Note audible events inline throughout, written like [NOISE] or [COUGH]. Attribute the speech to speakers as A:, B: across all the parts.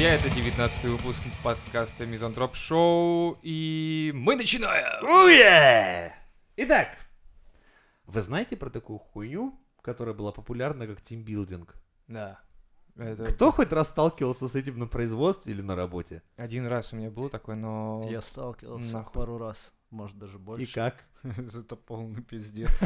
A: 15 выпуск подкаста Мизантроп Шоу, и мы начинаем!
B: Уе! Итак, вы знаете про такую хуйню, которая была популярна как тимбилдинг?
A: Да. Это
B: Кто хоть раз сталкивался с этим на производстве или на работе?
A: один раз у меня было такое, но...
C: Я сталкивался
A: Нахуй.
C: пару раз, может даже больше. [LAUGHS]
B: И как?
C: это полный [LAUGHS] пиздец.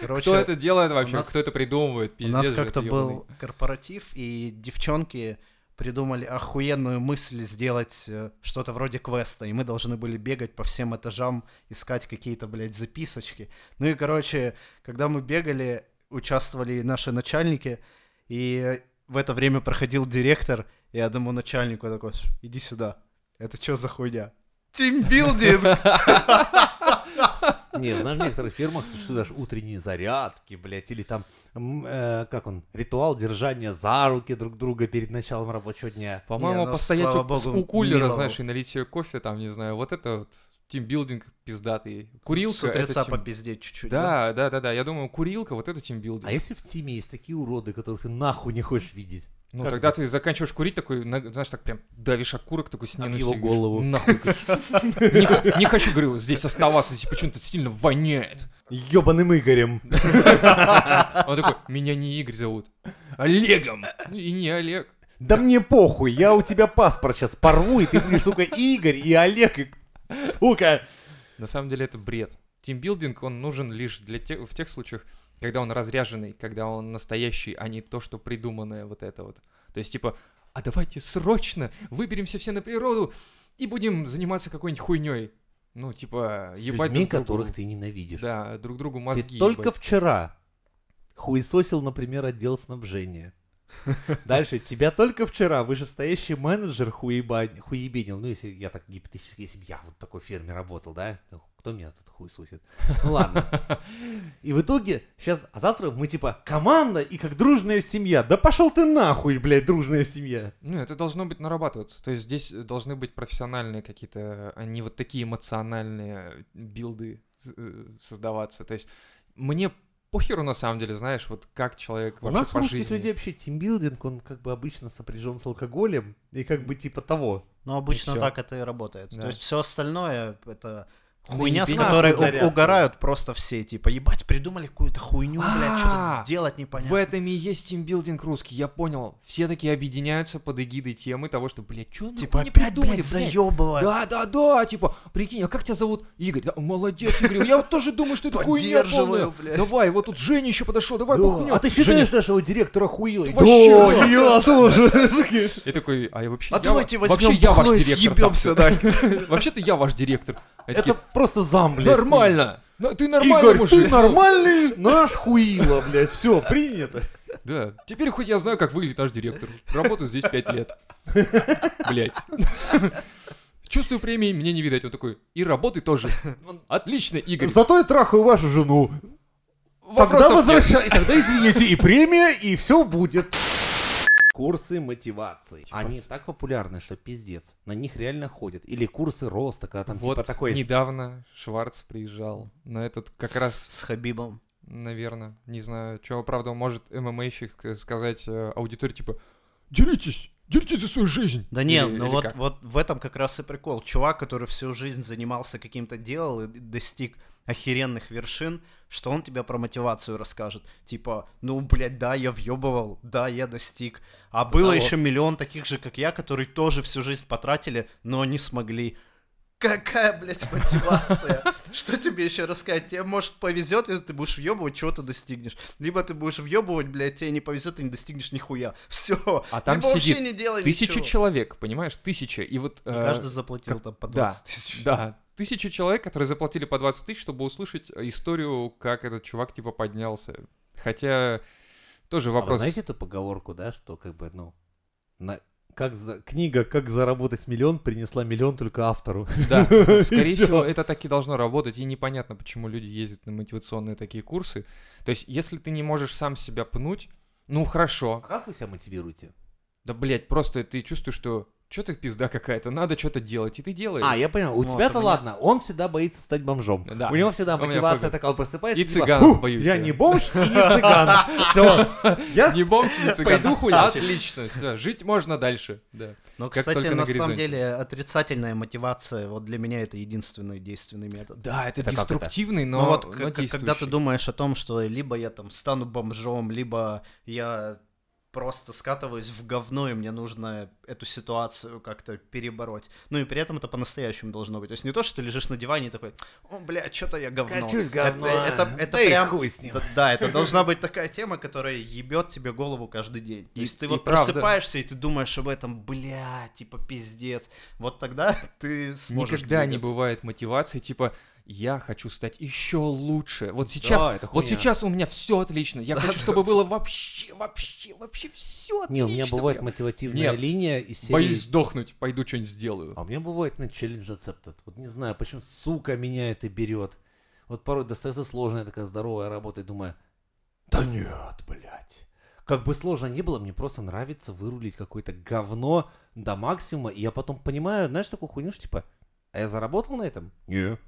C: Короче,
A: Кто это делает вообще?
C: нас-
A: Кто это придумывает?
C: у
A: Пиздец
C: нас
A: же
C: как-то
A: это
C: был [LAUGHS]
A: ёбаный.
C: корпоратив, и девчонки придумали охуенную мысль сделать э, что-то вроде квеста, и мы должны были бегать по всем этажам, искать какие-то, блядь, записочки. Ну и, короче, когда мы бегали, участвовали и наши начальники, и в это время проходил директор, и я одному начальнику такой, иди сюда, это что за хуйня? Тимбилдинг!
B: Не, знаешь, в некоторых фирмах существуют даже утренние зарядки, блядь, или там, м, э, как он, ритуал держания за руки друг друга перед началом рабочего дня.
A: По-моему,
C: Не, ну,
A: постоять
C: слава
A: у, с-
C: богу,
A: у кулера,
C: милого.
A: знаешь, и налить себе кофе, там, не знаю, вот это вот тимбилдинг пиздатый. Курилка,
C: С утреца
A: это тим-
C: попиздеть чуть-чуть.
A: Да, да, да, да, я думаю, курилка, вот это тимбилдинг.
B: А если в тиме есть такие уроды, которых ты нахуй не хочешь видеть?
A: Ну,
B: Как
A: тогда ты заканчиваешь курить, такой, на- знаешь, так прям давишь окурок, такой с
B: Об
A: ненавистью.
B: его
A: говоришь, [LAUGHS]
B: голову.
A: Нахуй. Не х- Не хочу, говорю, здесь оставаться, здесь почему-то сильно воняет.
B: Ёбаным Игорем.
A: А Он такой, меня не Игорь зовут, Олегом. Ну, И не Олег.
B: Да мне похуй, я у тебя паспорт сейчас порву, и ты будешь, сука, Игорь и Олег, и, сука.
A: На самом деле это бред. Тимбилдинг, он нужен лишь для тех, в тех случаях, когда он разряженный, когда он настоящий, а не то, что придуманное вот это вот. То есть, типа, а давайте срочно выберемся все на природу и будем заниматься какой-нибудь хуйней. Ну, типа,
B: С
A: ебать
B: людьми,
A: друг другу.
B: которых ты ненавидишь.
A: Да, друг другу
B: ты
A: мозги.
B: только
A: ебать.
B: вчера хуесосил, например, отдел снабжения. Дальше, тебя только вчера вышестоящий менеджер хуеба- хуебенил. Ну, если я так гипотетически, если бы я вот в такой фирме работал, да? Кто меня тут хуесосит? Ну, ладно. И в итоге, сейчас, а завтра мы типа команда и как дружная семья. Да пошел ты нахуй, блядь, дружная семья.
A: Ну, это должно быть нарабатываться. То есть здесь э, должны быть профессиональные какие-то, а не вот такие эмоциональные билды с- э, создаваться. То есть мне похеру на самом деле, знаешь, вот как человек
B: У
A: вообще
B: нас в
A: по
B: русских
A: жизни.
B: людей вообще тимбилдинг, он как бы обычно сопряжен с алкоголем и как бы типа того.
C: Но обычно
A: всё.
C: так это и работает.
A: Да.
C: То есть все остальное это
A: Ну,
C: хуйня, с
A: ебись.
C: которой
B: Нахуй зарядка.
C: у- угорают просто все. Типа, ебать, придумали какую-то хуйню,
A: А,
C: блядь, что-то делать
A: В
C: непонятно.
A: этом и есть тимбилдинг русский, я понял. Все такие объединяются под эгидой темы того, что, блядь, что
C: Типа,
A: не
C: опять,
A: придумали,
C: блядь,
A: блядь?
C: заебывают.
A: Да, да, да, типа, прикинь, а как тебя зовут? Игорь, да, молодец, Игорь, я вот тоже думаю,
B: [LAUGHS]
A: что это хуйня полная.
C: Поддерживаю, блядь.
A: Давай, вот тут Женя еще подошел, давай
B: Да.
A: бухнем.
B: А ты
A: Женя,
B: считаешь нашего директора хуилой?
A: Ты вообще, да.
B: я [LAUGHS] тоже.
A: И такой, а я вообще...
C: А
A: я
C: давайте
A: ва-
C: возьмем
A: вообще я
C: бухло и
A: ваш директор. там.
C: съебемся, да.
A: [LAUGHS] Вообще-то я ваш директор. Они
B: Это
A: такие,
B: просто зам, блядь.
A: Нормально. Ну, Ты нормальный
B: Игорь, ты
A: мужик.
B: нормальный наш хуила, блядь. Все, принято.
A: [LAUGHS] Да. Теперь хоть я знаю, как выглядит наш директор. Работаю здесь пять
B: [LAUGHS]
A: лет. Блять. [LAUGHS] Чувствую премии, мне не видать. Он такой, и работы тоже. Отлично, Игорь.
B: Зато я трахаю вашу жену. Тогда
A: Вопросов нет.
B: возвращай, тогда извините, и премия, и все будет. Курсы мотивации. Они так популярны, что пиздец. На них реально ходят. Или курсы роста, когда там
A: Вот
B: типа такой...
A: недавно Шварц приезжал на этот как раз
C: С Хабибом.
A: Наверное, не знаю. Чего, правда, может ММАщик э, сказать э, аудитории, типа, деритесь, деритесь за свою жизнь.
C: Да не,
A: Или-
C: ну
A: или
C: вот,
A: как?
C: вот в этом как раз и прикол. Чувак, который всю жизнь занимался каким-то делом и достиг охеренных вершин, что он тебе про мотивацию расскажет. Типа, ну, блядь, да, я въебывал, да, я достиг. А было
B: Того.
C: еще миллион таких же, как я, которые тоже всю жизнь потратили, но не смогли. Какая, блядь,
A: [LAUGHS]
C: мотивация? Что тебе еще рассказать? Тебе, может, повезет, если ты будешь въебывать, чего ты достигнешь. Либо ты будешь въебывать, блядь, тебе не повезет, ты не достигнешь нихуя. Все.
A: А там
C: Либо вообще
A: сидит
C: не делай
A: Тысяча
C: ничего.
A: человек, понимаешь, тысяча. И вот...
C: И
A: э,
C: каждый заплатил
A: как-
C: там по
A: да,
C: 20 тысяч.
A: Да, тысяча человек, которые заплатили по 20 тысяч, чтобы услышать э, историю, как этот чувак, типа, поднялся. Хотя, тоже
B: А вы
A: вопрос...
B: знаете эту поговорку, да, что как бы, ну... на- Как за... Книга «Как заработать миллион» принесла миллион только автору.
A: Да,
C: [LAUGHS]
A: скорее
B: Всё.
A: всего, это так и должно работать, и непонятно, почему люди ездят на мотивационные такие курсы. То есть, если ты не можешь сам себя пнуть, ну хорошо,
B: А как вы себя мотивируете?
A: Да, блядь, просто ты чувствуешь, что что-то пизда какая-то, надо что-то делать, и ты делаешь.
B: А, я понял. У
C: Вот,
B: тебя-то
C: у меня-
B: ладно, он всегда боится стать бомжом.
A: Да.
B: У него всегда
A: У меня
B: мотивация
A: фобия.
B: такая, он просыпается
A: И
B: типа,
A: цыган,
B: «Фу,
A: боюсь
B: Я
A: я».
B: не бомж и
A: [LAUGHS]
B: не цыган. Все. Я
A: Не бомж, не цыган.
B: Пойду хуячить.
A: Отлично, все, жить можно дальше. Да.
C: Но,
A: Как
C: кстати,
A: только
C: на,
A: на
C: самом
A: горизонте.
C: деле отрицательная мотивация, вот для меня это единственный действенный метод.
A: Да, это
B: Это как это?
A: деструктивный,
C: Но,
A: но,
C: вот
A: но
C: к- к- когда ты
A: действующий.
C: думаешь о том, что либо я там стану бомжом, либо я просто скатываюсь в говно, и мне нужно эту ситуацию как-то перебороть. Ну и при этом это по-настоящему должно быть. То есть не то, что ты лежишь на диване и такой, о, бля, что-то я говно.
B: качусь
C: Это-
B: говно.
C: Это, это,
B: Да и
C: прям...
B: хуй с ним.
C: Да, да, это должна быть такая тема, которая ебет тебе голову каждый день. То
A: И-
C: есть ты
A: и
C: вот
A: правда.
C: просыпаешься, и ты думаешь об этом, бля, типа пиздец. Вот тогда [LAUGHS] ты сможешь
A: Никогда не
C: двигаться.
A: бывает мотивации, типа я хочу стать еще лучше. Вот сейчас,
B: это
A: вот
B: хуйня.
A: сейчас у меня все отлично. Я хочу, чтобы было вообще, вообще, вообще все отлично.
B: Не, у меня бывает
A: прям.
B: мотивативная
A: Нет.
B: линия из серии...
A: Боюсь сдохнуть, пойду что-нибудь сделаю.
B: А у меня бывает ну, челлендж рецепт. этот. Вот не знаю, почему, сука, меня это берет. Вот порой достается сложная такая здоровая работа, и думаю, да нет, блядь. Как бы сложно ни было, мне просто нравится вырулить какое-то говно до максимума, и я потом понимаю, знаешь, такую хуйню, что типа, а я заработал на этом? Не.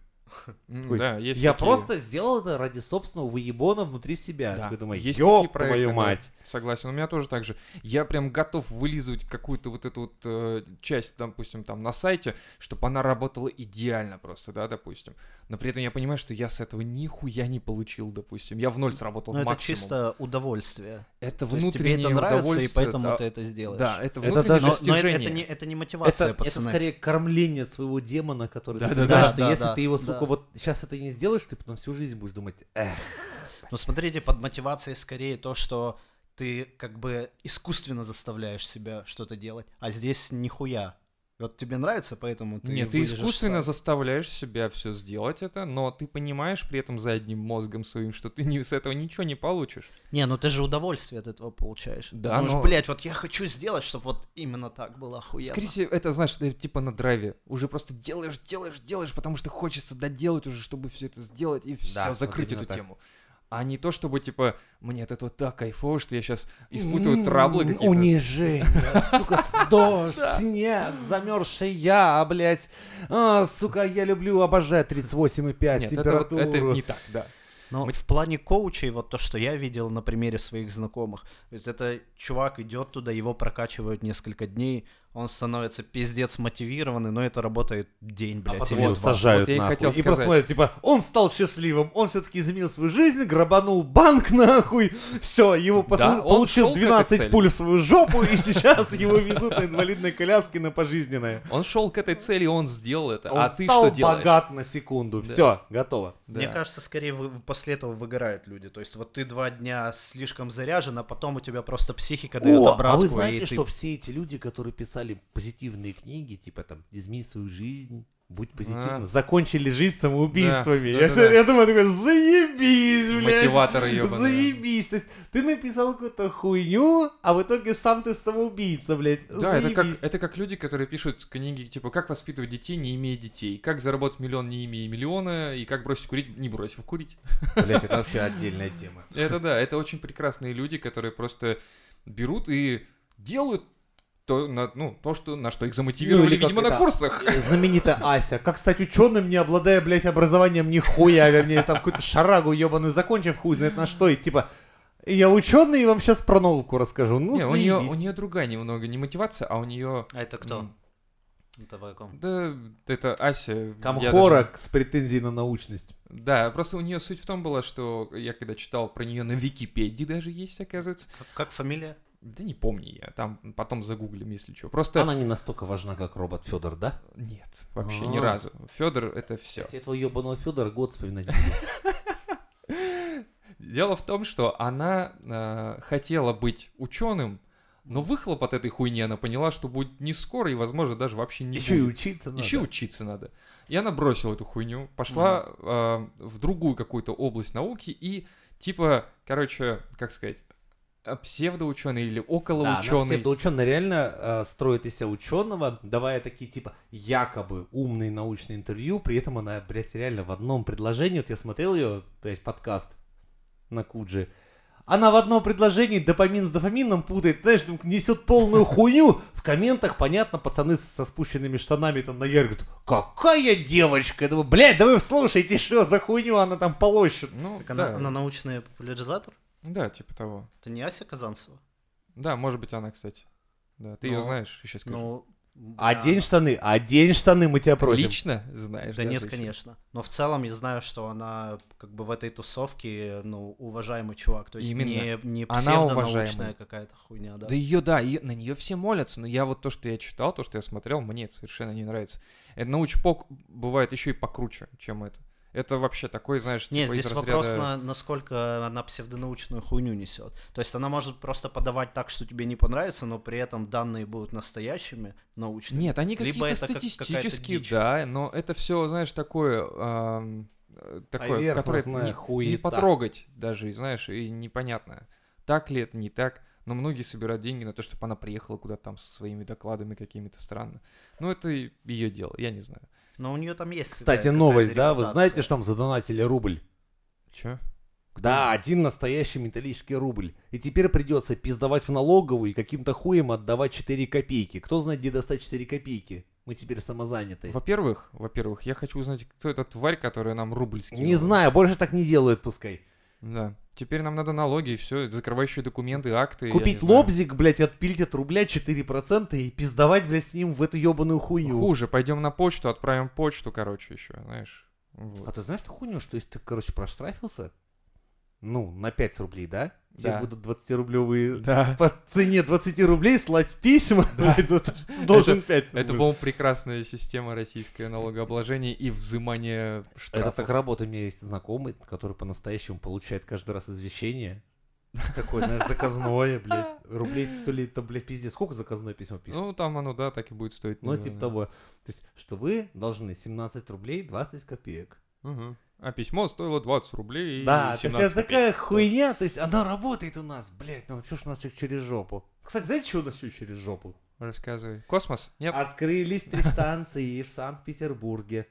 A: М,
B: Ой,
A: Да, есть
B: Я
A: такие-
B: просто сделал это ради собственного выебона внутри себя.
A: Да,
B: Такой думаю,
A: есть
B: ёб
A: такие проекты,
B: твою
A: да.
B: мать.
A: Согласен, у меня тоже так же. Я прям готов вылизывать какую-то вот эту вот э, часть, там, допустим, там на сайте, чтобы она работала идеально просто, да, допустим. Но при этом я понимаю, что я с этого нихуя не получил, допустим. Я в ноль сработал
C: Ну, это
A: максимум.
C: чисто удовольствие.
A: Это
C: То есть
A: внутреннее
C: тебе это нравится, и
A: удовольствие,
C: поэтому
A: да.
C: ты это сделаешь.
A: Да, это
B: Это
A: внутреннее
B: даже-
C: но, но это,
A: достижение.
C: это не, это не мотивация,
B: Это, это
C: пацаны.
B: скорее кормление своего демона, который
A: Да,
B: ты
A: да,
B: знаешь,
A: да.
B: что
C: Да,
B: если
C: да,
B: ты его,
C: да.
B: сука, вот сейчас это не сделаешь, ты потом всю жизнь будешь думать, эх,
C: Но смотрите, под мотивацией скорее то, что ты как бы искусственно заставляешь себя что-то делать, а здесь нихуя. Вот тебе нравится, поэтому ты
A: Нет, ты
C: вылежешь
A: искусственно
C: сам.
A: заставляешь себя все сделать это, но ты понимаешь при этом за одним мозгом своим, что ты не, с этого ничего не получишь.
C: Не, ну ты же удовольствие от этого получаешь. Ты
A: Да,
C: думаешь,
A: но-
C: блядь, вот я хочу сделать, чтобы вот именно так было охуенно.
A: Скорее всего, это, знаешь, ты типа на драйве. Уже просто делаешь, делаешь, делаешь, потому что хочется доделать уже, чтобы все это сделать и все,
B: Да, вот
A: закрыть
B: именно
A: эту
B: так.
A: тему. А не то, чтобы, типа, мне от этого так кайфово, что я сейчас испытываю траблы
B: М,
A: какие-то.
B: Унижение, сука,
A: [LAUGHS]
B: с- дождь, снег, замерзший я, блядь. А, сука, я люблю, обожаю 38,5
A: Нет, это, вот-
B: температуру.
A: это не так, да.
C: Но
A: Мы-
C: в плане коучей, вот то, что я видел на примере своих знакомых, то есть это чувак идет туда, его прокачивают несколько дней, он становится пиздец мотивированный, но это работает день,
B: А
C: блядь,
B: потом
C: или
B: его
C: два.
B: сажают
A: Вот я и
B: нахуй.
A: хотел
B: и
A: сказать.
B: посмотрят, типа, он стал счастливым, он все-таки изменил свою жизнь, грабанул банк [LAUGHS] нахуй, все, его пос-
A: Да, он шёл к
B: получил
A: этой
B: 12
A: цели.
B: пуль в свою
A: [LAUGHS]
B: жопу, и сейчас его везут на инвалидной коляске на пожизненное.
A: Он шел к этой цели, он сделал это.
B: Он
A: а ты
B: стал
A: что делаешь?
B: богат на секунду, все, готово.
A: Да.
C: Мне кажется, скорее вы- после этого выгорают люди. То есть вот ты два дня слишком заряжен, а потом у тебя просто психика дает
B: О,
C: обратку.
B: а вы знаете,
C: и ты-
B: что все эти люди, которые писали позитивные книги, типа там «Измени свою жизнь», «Будь позитивным»,
A: А.
B: закончили жизнь самоубийствами.
A: Да,
B: я,
A: да-да-да.
B: смотрю, я думаю, такой, заебись, блядь. [LAUGHS]
A: Мотиватор ёбаный.
B: Заебись. То есть ты написал какую-то хуйню, а в итоге сам ты самоубийца, блядь.
A: Да, это как, [LAUGHS]
B: Заебись.
A: это как люди, которые пишут книги, типа, как воспитывать детей, не имея детей, как заработать миллион, не имея миллиона, и как бросить курить, не бросив курить.
B: Блядь, это вообще отдельная тема.
A: Это да, это очень прекрасные люди, которые просто берут и делают то, на- ну, то что, на что их замотивировали,
B: Ну, или как
A: видимо, на
B: это-
A: курсах.
B: Э, Знаменитая Ася. Как стать ученым, не обладая, блядь, образованием нихуя, а вернее, там какую-то шарагу ебаную закончив, хуй знает на что, и типа, я ученый, и вам сейчас про науку расскажу. Ну,
A: Не, у нее,
B: заебись.
A: у нее другая немного, не мотивация, а у нее...
C: А это кто?
A: М.
C: Это вы о ком?
A: Да, это Ася. я даже-
B: Камхора с претензией на научность.
A: Да, просто у нее суть в том была, что я когда читал про нее на Википедии даже есть, оказывается.
C: Как, как фамилия?
A: Да не помню я, там потом загуглим, если что. Просто
B: Она не настолько важна, как робот Федор, да?
A: нет, вообще ни
B: А.
A: разу. Федор это все.
B: Я тебе этого ебаного Федора год вспоминать. не буду.
A: Дело в том, что она э, хотела быть ученым, но выхлоп от этой хуйни она поняла, что будет не скоро и, возможно, даже вообще [LAUGHS] не
B: Еще и
A: будет.
B: учиться надо.
A: Еще и учиться надо. И она бросила эту хуйню, пошла э, в другую какую-то область науки и типа, короче, как сказать, э, псевдоученый или
B: Да, она
A: околоученый.
B: псевдоученый реально э, строит из себя ученого, давая такие типа якобы умные научные интервью, при этом она, блядь, реально в одном предложении, вот я смотрел ее, блядь, подкаст на Куджи, Она в одном предложении допамин с дофамином путает, знаешь, там несет полную хуйню. В комментах, понятно, пацаны со спущенными штанами там на яр говорят, какая девочка? Я думаю, блядь, да вы слушайте, что за хуйню она там полощет.
A: Ну,
C: Так она,
A: да.
C: она научный популяризатор?
A: Да, типа того.
C: Это не Ася Казанцева?
A: Да, может быть, она, кстати. Да, ты ее
C: Ну,
A: знаешь, еще скажу.
C: Ну, да.
B: Одень А штаны, одень штаны, мы тебя просим.
A: Лично знаешь?
C: Да нет,
A: зачем?
C: конечно. Но в целом я знаю, что она как бы в этой тусовке, ну, уважаемый чувак. То есть
A: Именно.
C: не, не
A: Она уважаемая.
C: псевдонаучная какая-то хуйня, да.
A: Да ее, да, её- на нее все молятся, но я вот то, что я читал, то, что я смотрел, мне это совершенно не нравится. Это научпок бывает еще и покруче, чем это. Это вообще такой, знаешь,
C: Не,
A: типа из
C: здесь вопрос,
A: разряда-
C: на- насколько она псевдонаучную хуйню несет. То есть она может просто подавать так, что тебе не понравится, но при этом данные будут настоящими, научными.
A: Нет, они
C: Либо
A: какие-то
C: это как- какая-то
A: статистические,
C: дичь.
A: да, но это все, знаешь, такое, ам, э, такое,
B: верх
A: которое
B: разная
A: не- не,
B: хуета.
A: потрогать даже, и, знаешь, и непонятно, так ли это, не так. Но многие собирают деньги на то, чтобы она приехала куда-то там со своими докладами какими-то странно. Ну, это ее дело, я не знаю.
C: Но у нее там есть.
B: Кстати,
C: какая-то
B: новость,
C: какая-то
B: да, вы
C: репутация.
B: знаете, что там задонатили рубль?
A: Че?
B: Да, один настоящий металлический рубль. И теперь придется пиздовать в налоговую и каким-то хуем отдавать 4 копейки. Кто знает, где достать 4 копейки? Мы теперь самозаняты.
A: Во-первых, во-первых, я хочу узнать, кто эта тварь, которая нам рубль скинула.
B: Не знаю, больше так не делают пускай.
A: Да. Теперь нам надо налоги и все, закрывающие документы, акты. я не
B: Купить
A: знаю.
B: лобзик, блядь, отпилить от рубля 4% и пиздовать, блядь, с ним в эту ебаную хуйню.
A: Хуже, пойдем на почту, отправим почту, короче, еще, знаешь. Вот.
B: А ты знаешь, что хуйню, что если ты, короче, проштрафился, ну, на 5 рублей, да? Тебе
A: Да.
B: будут 20-рублевые... [LAUGHS]
A: Да.
B: По цене 20 рублей слать письма,
A: Да.
B: блядь, за то, что должен 5
A: Это, по-моему, прекрасная система российское налогообложение и взимание
B: Это
A: штрафов.
B: так работа. У меня есть знакомый, который по-настоящему получает каждый
A: [LAUGHS]
B: раз извещение. Такое, знаешь, заказное, блядь. Рублей то ли это, блядь, пиздец. Сколько заказное письмо пишет?
A: Ну, там оно, да, так и будет стоить.
B: Ну,
A: не
B: типа
A: знаю.
B: того. То есть, что вы должны 17 рублей 20 копеек.
A: Мгм. А письмо стоило 20 рублей и
B: Да, то есть
A: 17
B: это такая
A: копеек.
B: хуйня, то есть она работает у нас, блядь, ну что ж у нас всё через жопу. Кстати, знаете, что у нас все через жопу?
A: Рассказывай. Космос?
B: А,
A: Нет?
B: Открылись три станции в Санкт-Петербурге.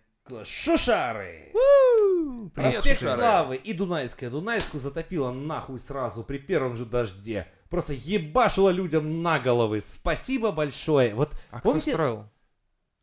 B: Шушары!
A: Привет,
B: Проспект
A: Шушары.
B: Славы и Дунайская. Дунайскую затопила нахуй сразу при первом же дожде. Просто ебашила людям на головы. Спасибо большое. Вот
A: А кто
B: помните,
A: строил?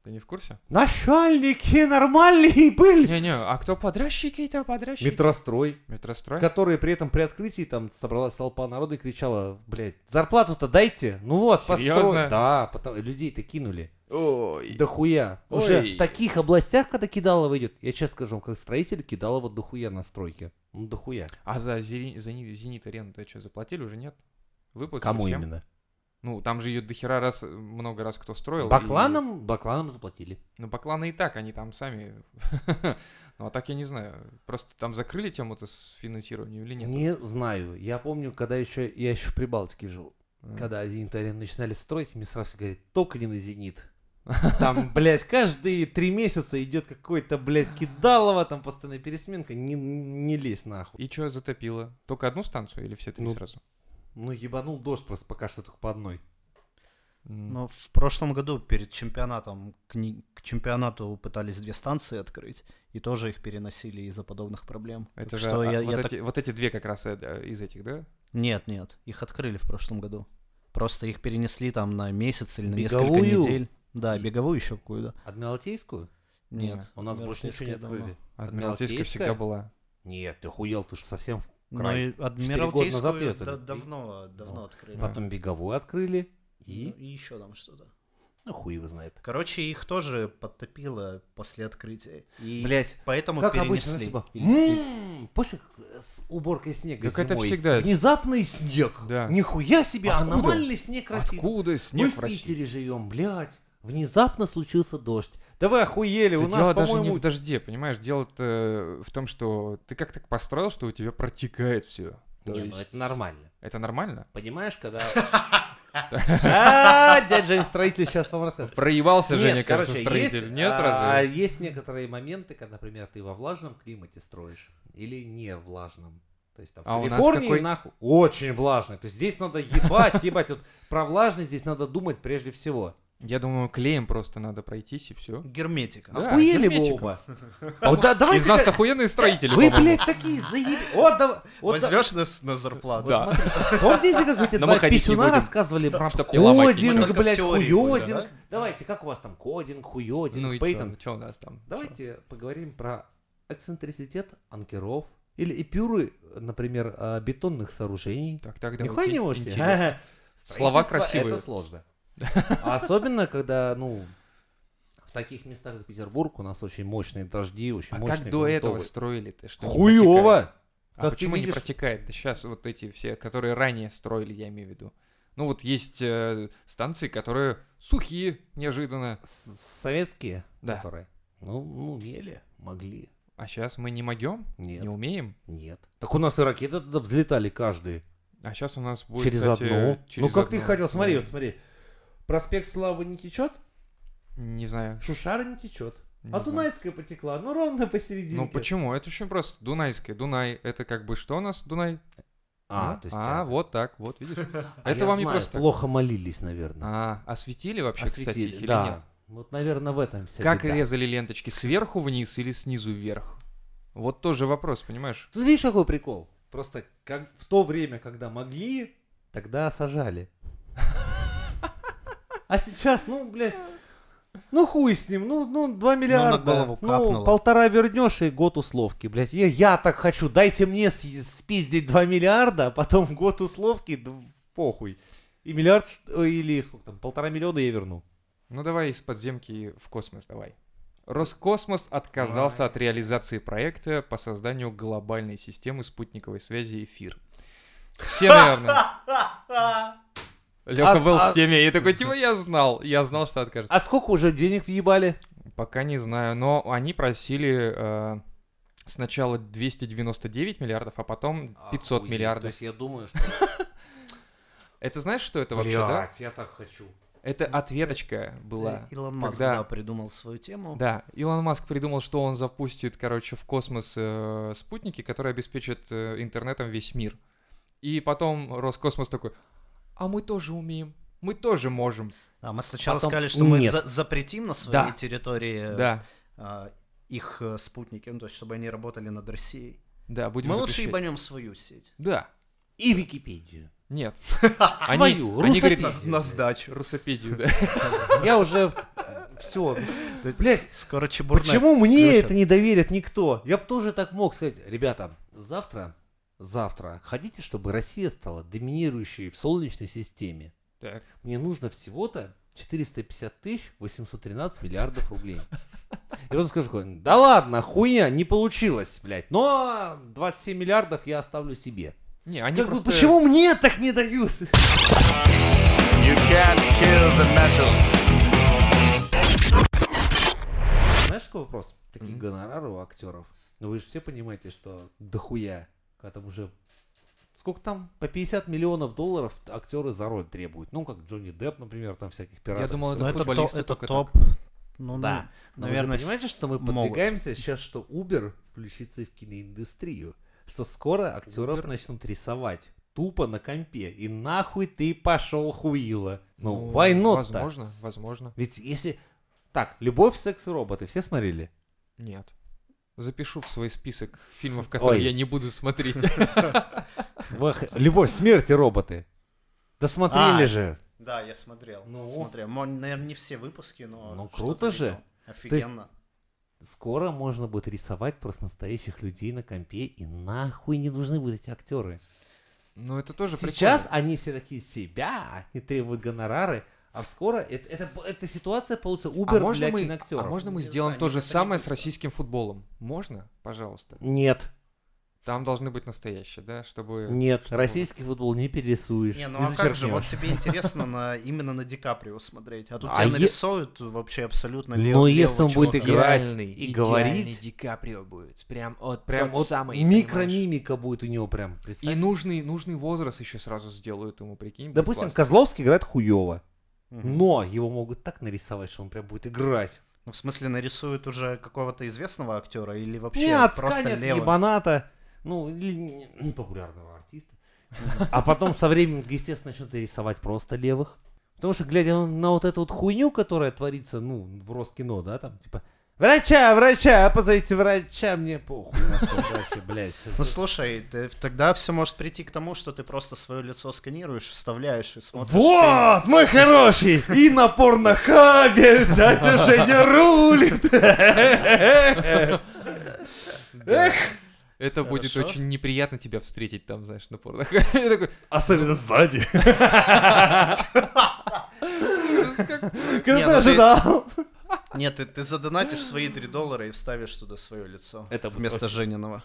A: Ты не в курсе?
B: начальники нормальные были.
A: Не-не, а кто подрядчики то подрядчики?
B: Метрострой,
A: Метрострой?
B: которые при этом при открытии там собралась толпа народа и кричала, блядь, зарплату-то дайте. Ну вот,
A: Серьезно?
B: построй. Да, потом людей-то кинули.
A: Ой.
B: До хуя.
A: Ой.
B: Уже в таких областях, когда Кидалово идет, я честно скажу, вам, как строитель Кидалово до хуя на стройке. Ну, до хуя.
A: А за, Зени- за Ни- зенит арену то что, заплатили уже, нет? Выплатили
B: Кому
A: всем?
B: именно?
A: Ну, там же ее дохера раз, много раз кто строил. и-
B: Бакланам, бакланам заплатили.
A: Ну, бакланы и так, они там сами... [LAUGHS] Ну, а так я не знаю. Просто там закрыли тему-то с финансированием или нет?
B: Не знаю. Я помню, когда еще я еще в Прибалтике жил.
A: Мгм.
B: Когда Зенит Арену начинали строить, мне сразу говорит, только не на Зенит. Там, [LAUGHS] блядь, каждые три месяца идет какой-то, блядь, кидалово, там постоянная пересменка. Не, не лезь нахуй.
A: И что затопило? Только одну станцию или все три
B: Ну,
A: сразу?
B: Ну, ебанул дождь просто пока что только по одной.
A: М.
C: Но в прошлом году перед чемпионатом к, ни- к чемпионату пытались две станции открыть, и тоже их переносили из-за подобных проблем.
A: Это
C: Так
A: же
C: что
A: а,
C: я,
A: вот,
C: я так-
A: эти, вот эти две как раз э, э, из этих, да?
C: Нет, нет, их открыли в прошлом году. Просто их перенесли там на месяц или на несколько
B: Беговую?
C: недель. Да,
B: И-
C: беговую еще какую-то.
B: Адмиралтейскую?
A: Не,
C: Нет.
B: У нас больше ничего не
C: Адмиралтейская дома.
B: открыли.
A: Адмиралтейская всегда
B: Адмиралтейская?
A: была.
B: Нет, ты хуел, ты же совсем...
C: Ну
B: край.
C: и
B: года назад её
C: Адмиралтейскую
B: это
C: да-
B: ли-
C: давно, давно открыли.
A: Да.
B: Потом беговую открыли.
C: И?
B: И,
C: еще там что-то.
B: ну, хуй его знает.
C: Короче, их тоже подтопило после открытия. И
B: Блядь,
C: поэтому
B: Как обычно,
C: перенесли.
B: типа,
C: Или- или-
B: «М, помнишь, как с уборкой снега
A: Так это
B: зимой?
A: всегда-
B: Внезапный снег.
A: Да.
B: Нихуя себе,
A: Откуда?
B: аномальный снег России.
A: Откуда
B: Мы
A: снег в
B: в
A: России?
B: Питере живем, блядь. Внезапно случился дождь. Да вы охуели,
A: Да
B: у
A: дело
B: нас,
A: даже не
B: по-моему...
A: в дожде, понимаешь? Дело-то в том, что ты как так построил, что у тебя протекает все.
B: Не, ну это нормально.
A: Это нормально?
B: Понимаешь, [LAUGHS] когда... А, Дядя Жень, строитель сейчас вам расскажет.
A: Проебался
B: Нет,
A: же, мне кажется,
B: короче,
A: строитель.
B: есть,
A: Нет,
B: а,
A: разве?
B: Есть некоторые моменты, когда, например, ты во влажном климате строишь или не влажном. То есть там в
A: А у нас
B: Калифорнии
A: какой?
B: нахуй очень влажный. То есть здесь надо ебать, ебать. Вот про влажность здесь надо думать прежде всего.
A: Я думаю, клеем просто надо пройтись и все.
B: «М-м-м».
C: Герметика.
A: Да,
B: Охуели вы
A: герметика.
B: оба.
A: [LAUGHS]
B: А вот да- давайте
A: Из нас
B: как-
A: охуенные строители,
B: Вы,
A: по-моему.
B: блядь, такие заеб... Вот, да- вот, да-
C: Возьмешь нас на зарплату?
A: Да.
B: вот смотри. Помните, как эти
A: [LAUGHS] Но
B: два
A: мы ходить не
B: писюна
A: будем,
B: рассказывали про
A: чтоб не ломать ничего.
B: кодинг,
C: Только в
B: блядь,
C: теории было, да?
B: хуёдинг? Давайте, как у вас там кодинг, хуёдинг,
A: Ну и
B: пейтинг?
A: что у нас там?
B: Давайте поговорим про эксцентриситет анкеров или эпюры, например, э, бетонных сооружений.
A: Чё? Так, так,
B: Нихуя
A: давайте.
B: не можете?
A: Интересно. Слова
B: [LAUGHS] Строительство
A: красивые.
B: Это
A: [LAUGHS]
B: сложно. А Особенно, когда, ну, в таких местах, как Петербург, у нас очень мощные дожди, очень
A: А
B: мощные
A: как до этого
B: грунтовые.
A: строили-то? что не протекает?
B: Хуёво!
A: А
B: Как ты
A: почему не
B: видишь-
A: протекает? Сейчас вот эти все, которые ранее строили, я имею в виду. Ну вот есть э, станции, которые сухие, неожиданно.
B: С- Советские,
A: Да.
B: которые. Ну, ну, умели, могли.
A: А сейчас мы не могем,
B: Нет,
A: не умеем.
B: нет. Так у нас и ракеты тогда взлетали каждый.
A: А сейчас у нас будет,
B: через
A: кстати,
B: одну.
A: через
B: ну, как ты
A: одну.
B: хотел, смотри,
A: Да.
B: вот смотри. Проспект Славы не течет,
A: Не знаю.
B: Шушара не течет.
A: Не
B: а
A: знаю.
B: Дунайская потекла, ну ровно посередине.
A: Ну почему? Это очень просто. Дунайская. Дунай. Это как бы что у нас? Дунай?
B: А, то есть...
A: А,
B: а,
A: вот так, вот, видишь?
B: [LAUGHS] а
A: Это
B: я
A: вам не
B: знаю,
A: просто. так.
B: Плохо молились, наверное.
A: А, осветили вообще, кстати,
B: Осветили,
A: их или
B: да.
A: нет?
B: Вот, наверное, в этом вся
A: Как
B: беда.
A: резали ленточки? Сверху вниз или снизу вверх? Вот тоже вопрос, понимаешь?
B: Тут видишь, какой прикол? Просто как в то время, когда могли, тогда сажали. А сейчас, ну, блядь, ну хуй с ним, ну, ну 2 миллиарда,
C: голову
B: ну,
C: капнуло.
B: полтора вернешь и год условки, блядь. Я, я так хочу, дайте мне с- спиздить 2 миллиарда, а потом год условки, да похуй. И миллиард, ш- ой, или сколько там, полтора миллиона я верну.
A: Ну давай из подземки в космос, давай. Роскосмос отказался от реализации проекта по созданию глобальной системы спутниковой связи эфир. Все, наверное. Леха
B: А-
A: был
B: а-
A: в теме и такой, типа, я знал, я знал, что откажется.
B: А сколько уже денег въебали?
A: Пока не знаю, но они просили э, сначала 299 миллиардов, а потом 500 миллиардов.
B: я думаю, что...
A: Это знаешь, что это вообще, да?
B: я так хочу.
A: Это ответочка была.
C: Илон Маск,
A: когда-
C: да, придумал свою тему.
A: Да, Илон Маск придумал, что он запустит, короче, в космос э, спутники, которые обеспечат э, интернетом весь мир. И потом Роскосмос такой, а мы тоже умеем, мы тоже можем.
C: А мы сначала
B: Потом-
C: сказали, что мы
B: Нет.
C: за- запретим на своей
A: Да.
B: Э,
C: территории
A: Да,
C: а, их э, спутники, ну, то есть, чтобы они работали над Россией.
A: да, будем
C: мы лучше
A: запрещать.
C: ебанем свою сеть.
A: Да,
B: И Википедию. [LAUGHS]
A: нет.
B: Свою,
A: они говорят,
B: русопедию,
A: «На-
B: блядь.
C: На сдачу.
A: Русопедию, да. [LAUGHS]
B: Я уже... э, Все. Блядь,
C: скоро чебурная.
B: Почему мне
C: Лёша.
B: это не доверит никто? Я бы тоже так мог сказать. Ребята, завтра, завтра хотите, чтобы Россия стала доминирующей в Солнечной системе?
A: Так,
B: Мне нужно всего-то 450 тысяч 813 миллиардов рублей. И он скажет, такой, да ладно, хуйня, не получилось, блядь. Но 27 миллиардов я оставлю себе.
A: не, они
B: Как бы,
A: просто...
B: Почему мне так не дают? Знаешь, какой вопрос? Такие
A: Мгм.
B: гонорары у актеров. Ну вы же все понимаете, что дохуя, когда там уже сколько там, по 50 миллионов долларов актеры за роль требуют. Ну, как Джонни Депп, например, там всяких пиратов.
A: Я думал,
C: Ну,
A: это
C: это, то-
A: футболисты
C: это
A: только
C: топ. Ну,
B: Да.
C: ну,
B: Но А вы
C: наверное,
B: же понимаете, что мы
C: могут.
B: подвигаемся сейчас, что Uber включится и в киноиндустрию, что скоро актеров
A: Uber?
B: начнут рисовать тупо на компе. И нахуй ты пошел хуила. Ну,
A: Ну,
B: why not-то?
A: Возможно, возможно.
B: Ведь если... Так, «Любовь, секс, роботы» все смотрели?
A: Нет. Запишу в свой список фильмов, которые
B: Ой.
A: я не буду
B: [LAUGHS]
A: смотреть.
B: Вах- «Любовь, смерть и роботы». Досмотрели
C: А.
B: же.
C: Да, я смотрел.
B: Ну.
C: смотрел. Мо- наверное, не все выпуски, но.
B: Ну,
C: что-то
B: круто же.
C: видел. Офигенно.
B: Скоро можно будет рисовать просто настоящих людей на компе, и нахуй не нужны будут эти актеры.
A: Ну, это тоже
B: Сейчас
A: прикольно.
B: они все такие себя, они требуют гонорары, а скоро это, это, эта ситуация получится Uber
A: А можно,
B: для
A: мы,
B: киноактеров.
A: а можно мы
C: Не
A: сделаем
C: знаю,
A: то
C: мне
A: же
C: это не
A: самое с
C: близко.
A: российским футболом? Можно? Пожалуйста.
B: Нет,
A: Там должны быть настоящие, да? Чтобы...
B: нет, российский футбол не перерисуешь.
C: Не, ну
B: не
C: а как же, вот
B: зачеркнешь.
C: тебе интересно на, именно на Ди Каприо смотреть, а тут
B: А
C: тебя
B: е-
C: нарисуют вообще абсолютно
B: Но
C: левого
B: если он будет
C: чувака.
B: играть-
A: Идеальный, идеальный
B: и говорить.
A: Ди Каприо будет. Прям вот
B: Прям
A: тот
B: вот
A: самый, понимаешь?
B: микромимика будет у него прям.
A: И
B: представь.
A: нужный, нужный возраст еще сразу сделают ему, прикинь. будет
B: Допустим,
A: классно.
B: Козловский играет хуево,
C: Мгм.
B: но его могут так нарисовать, что он прям будет играть.
C: Ну, в смысле, нарисуют уже какого-то известного актера или вообще
B: Не,
C: просто
B: отсканят
C: левого?
B: ебаната, ну, или не- непопулярного артиста. А потом со временем, естественно, начнут и рисовать просто левых. Потому что, глядя на вот эту вот хуйню, которая творится, ну, в Роскино, да, там, типа, врача, врача, позовите врача, мне похуй, насколько вообще, блядь.
C: Ну слушай, ты- тогда все может прийти к тому, что ты просто свое лицо сканируешь, вставляешь и смотришь. фильм.
B: Вот, мой хороший! И на порнохабе
C: [LAUGHS]
B: дядя Женя рулит! [LAUGHS]
A: Да. Это
C: Хорошо.
A: будет очень неприятно тебя встретить там, знаешь, на порнах. [LAUGHS] Я такой,
B: Особенно сзади.
A: «Ужас, как
B: Когда
C: Не,
B: ты
C: ну ты-
B: ожидал?
C: Нет, ты, ты задонатишь свои 3 доллара и вставишь туда свое лицо.
B: Это будет [LAUGHS]
C: вместо Жениного.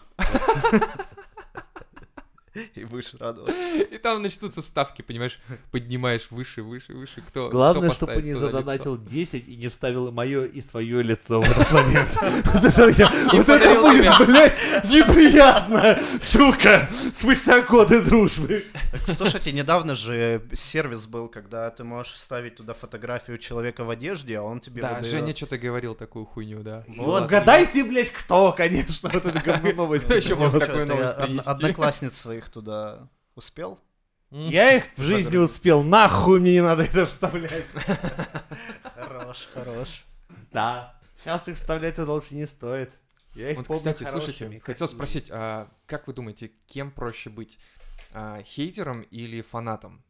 C: И будешь радоваться.
A: И там начнутся ставки, понимаешь? Поднимаешь выше, выше, выше. Кто?
B: Главное,
A: кто
B: чтобы
A: поставит
B: не
A: туда лицо.
B: задонатил 10 и не вставил мое и свое лицо в этот момент. Вот это я-
A: [LAUGHS] И
B: Вот это
A: подарил тебя.
B: будет, блядь, неприятно, сука, спустя годы дружбы.
C: Так, слушайте, недавно же сервис был, когда ты можешь вставить туда фотографию человека в одежде, а он тебе
A: Да,
C: выдаёт.
A: Женя что-то говорил такую хуйню, да.
C: И
B: Ну,
C: вот,
B: Угадайте, блядь, кто, конечно, вот это говно новости.
A: Кто еще мог
C: Чё,
A: такую
C: ты
A: новость
C: од-
A: принести?
C: Одноклассниц своих туда успел?
A: М.
B: Я их в жизни успел, нахуй мне не надо это вставлять.
C: Хорош, хорош.
B: Да. Сейчас их вставлять это лучше не стоит. Я их
A: Вот,
B: помню
A: кстати,
B: хорошими,
A: слушайте,
B: какими.
A: хотел спросить, а как вы думаете, кем проще быть? А, хейтером или фанатом?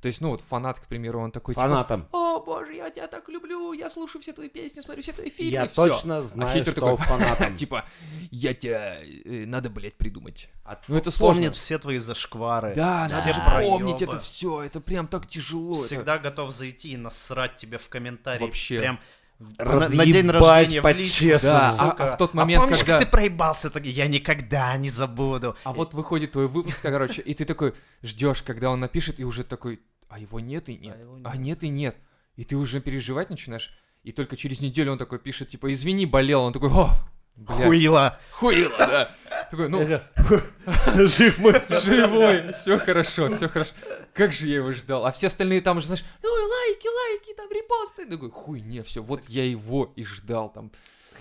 A: То есть, ну вот фанат, к примеру, он такой типа,
B: Фанатам.
A: О, боже, я тебя так люблю, я слушаю все твои песни, смотрю все твои фильмы,
B: Я
A: всё». А
B: точно знаю,
A: хейтер
B: что
A: такой,
B: [LAUGHS] фанатам.
A: [LAUGHS] Типа, я тебя... э, Надо, блядь, придумать.
B: А
A: Ну это сложно.
C: Помнит все твои зашквары.
A: Да,
C: все
A: надо
C: проёбы.
A: помнить это все, это прям так тяжело. это-
C: Всегда готов зайти и насрать тебе в комментарии.
A: Вообще.
C: Прям на,
B: Разъебать
C: на день рождения в личку,
B: по-честному.
A: Да, а-
C: сука.
A: а в тот момент,
C: помнишь,
A: когда-
C: как ты проебался? Так, я никогда не забуду.
A: А вот выходит твой выпуск, короче, и ты такой ждешь, когда он напишет, и уже такой, а его нет и нет,
C: А
A: а,
C: его
A: нет и нет. И ты уже переживать начинаешь, и только через неделю он такой пишет, типа, извини, болел. Он такой, о, бля,
C: Хуила.
A: хуило, да. Такой, ну,
B: [LAUGHS] Это- Жив мой.
A: живой, все хорошо, все хорошо. Как же я его ждал? А все остальные там уже, знаешь, ну, лайки, лайки, там, репосты. Такой, хуй, не, все, вот я его и ждал там.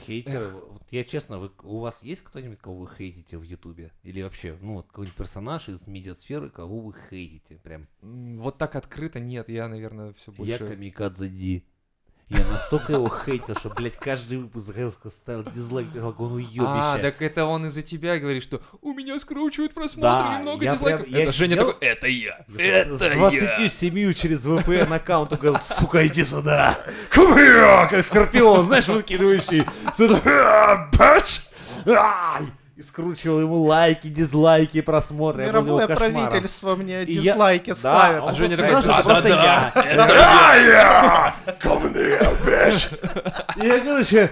B: Хейтеры, вот я честно, вы- у вас есть кто-нибудь, кого вы хейтите в Ютубе? Или вообще, ну вот какой-нибудь персонаж из медиасферы, кого вы хейтите? Прям
A: М, Вот так открыто нет, я, наверное, все
B: Я
A: больше...
B: камикадзе Ди. Я настолько его [LAUGHS] хейтил, что, блядь, каждый выпуск резко ставил дизлайк, писал, он
A: А,
B: уебище.
A: так это он из-за тебя говорит, что у меня скручивают просмотры
B: Да,
A: и много
B: я
A: дизлайков.
B: прям- я
A: это Женя
B: сидел-
A: такой, это я,
B: Я с-
A: это
B: С
A: я.
B: 27 через VPN аккаунт он говорил, сука, иди сюда, кумира, как скорпион, знаешь, выкидывающий, с этого, «А, бэч! Ай!» и скручивал ему лайки, дизлайки, просмотры, я был его
C: Мировое
B: кошмаром.
C: правительство мне
B: И я-
C: дизлайки
B: Да,
C: ставит.
B: он
A: А Женя
B: просто знал,
A: такой,
B: что это просто я.
A: да-да-да,
B: И я, короче,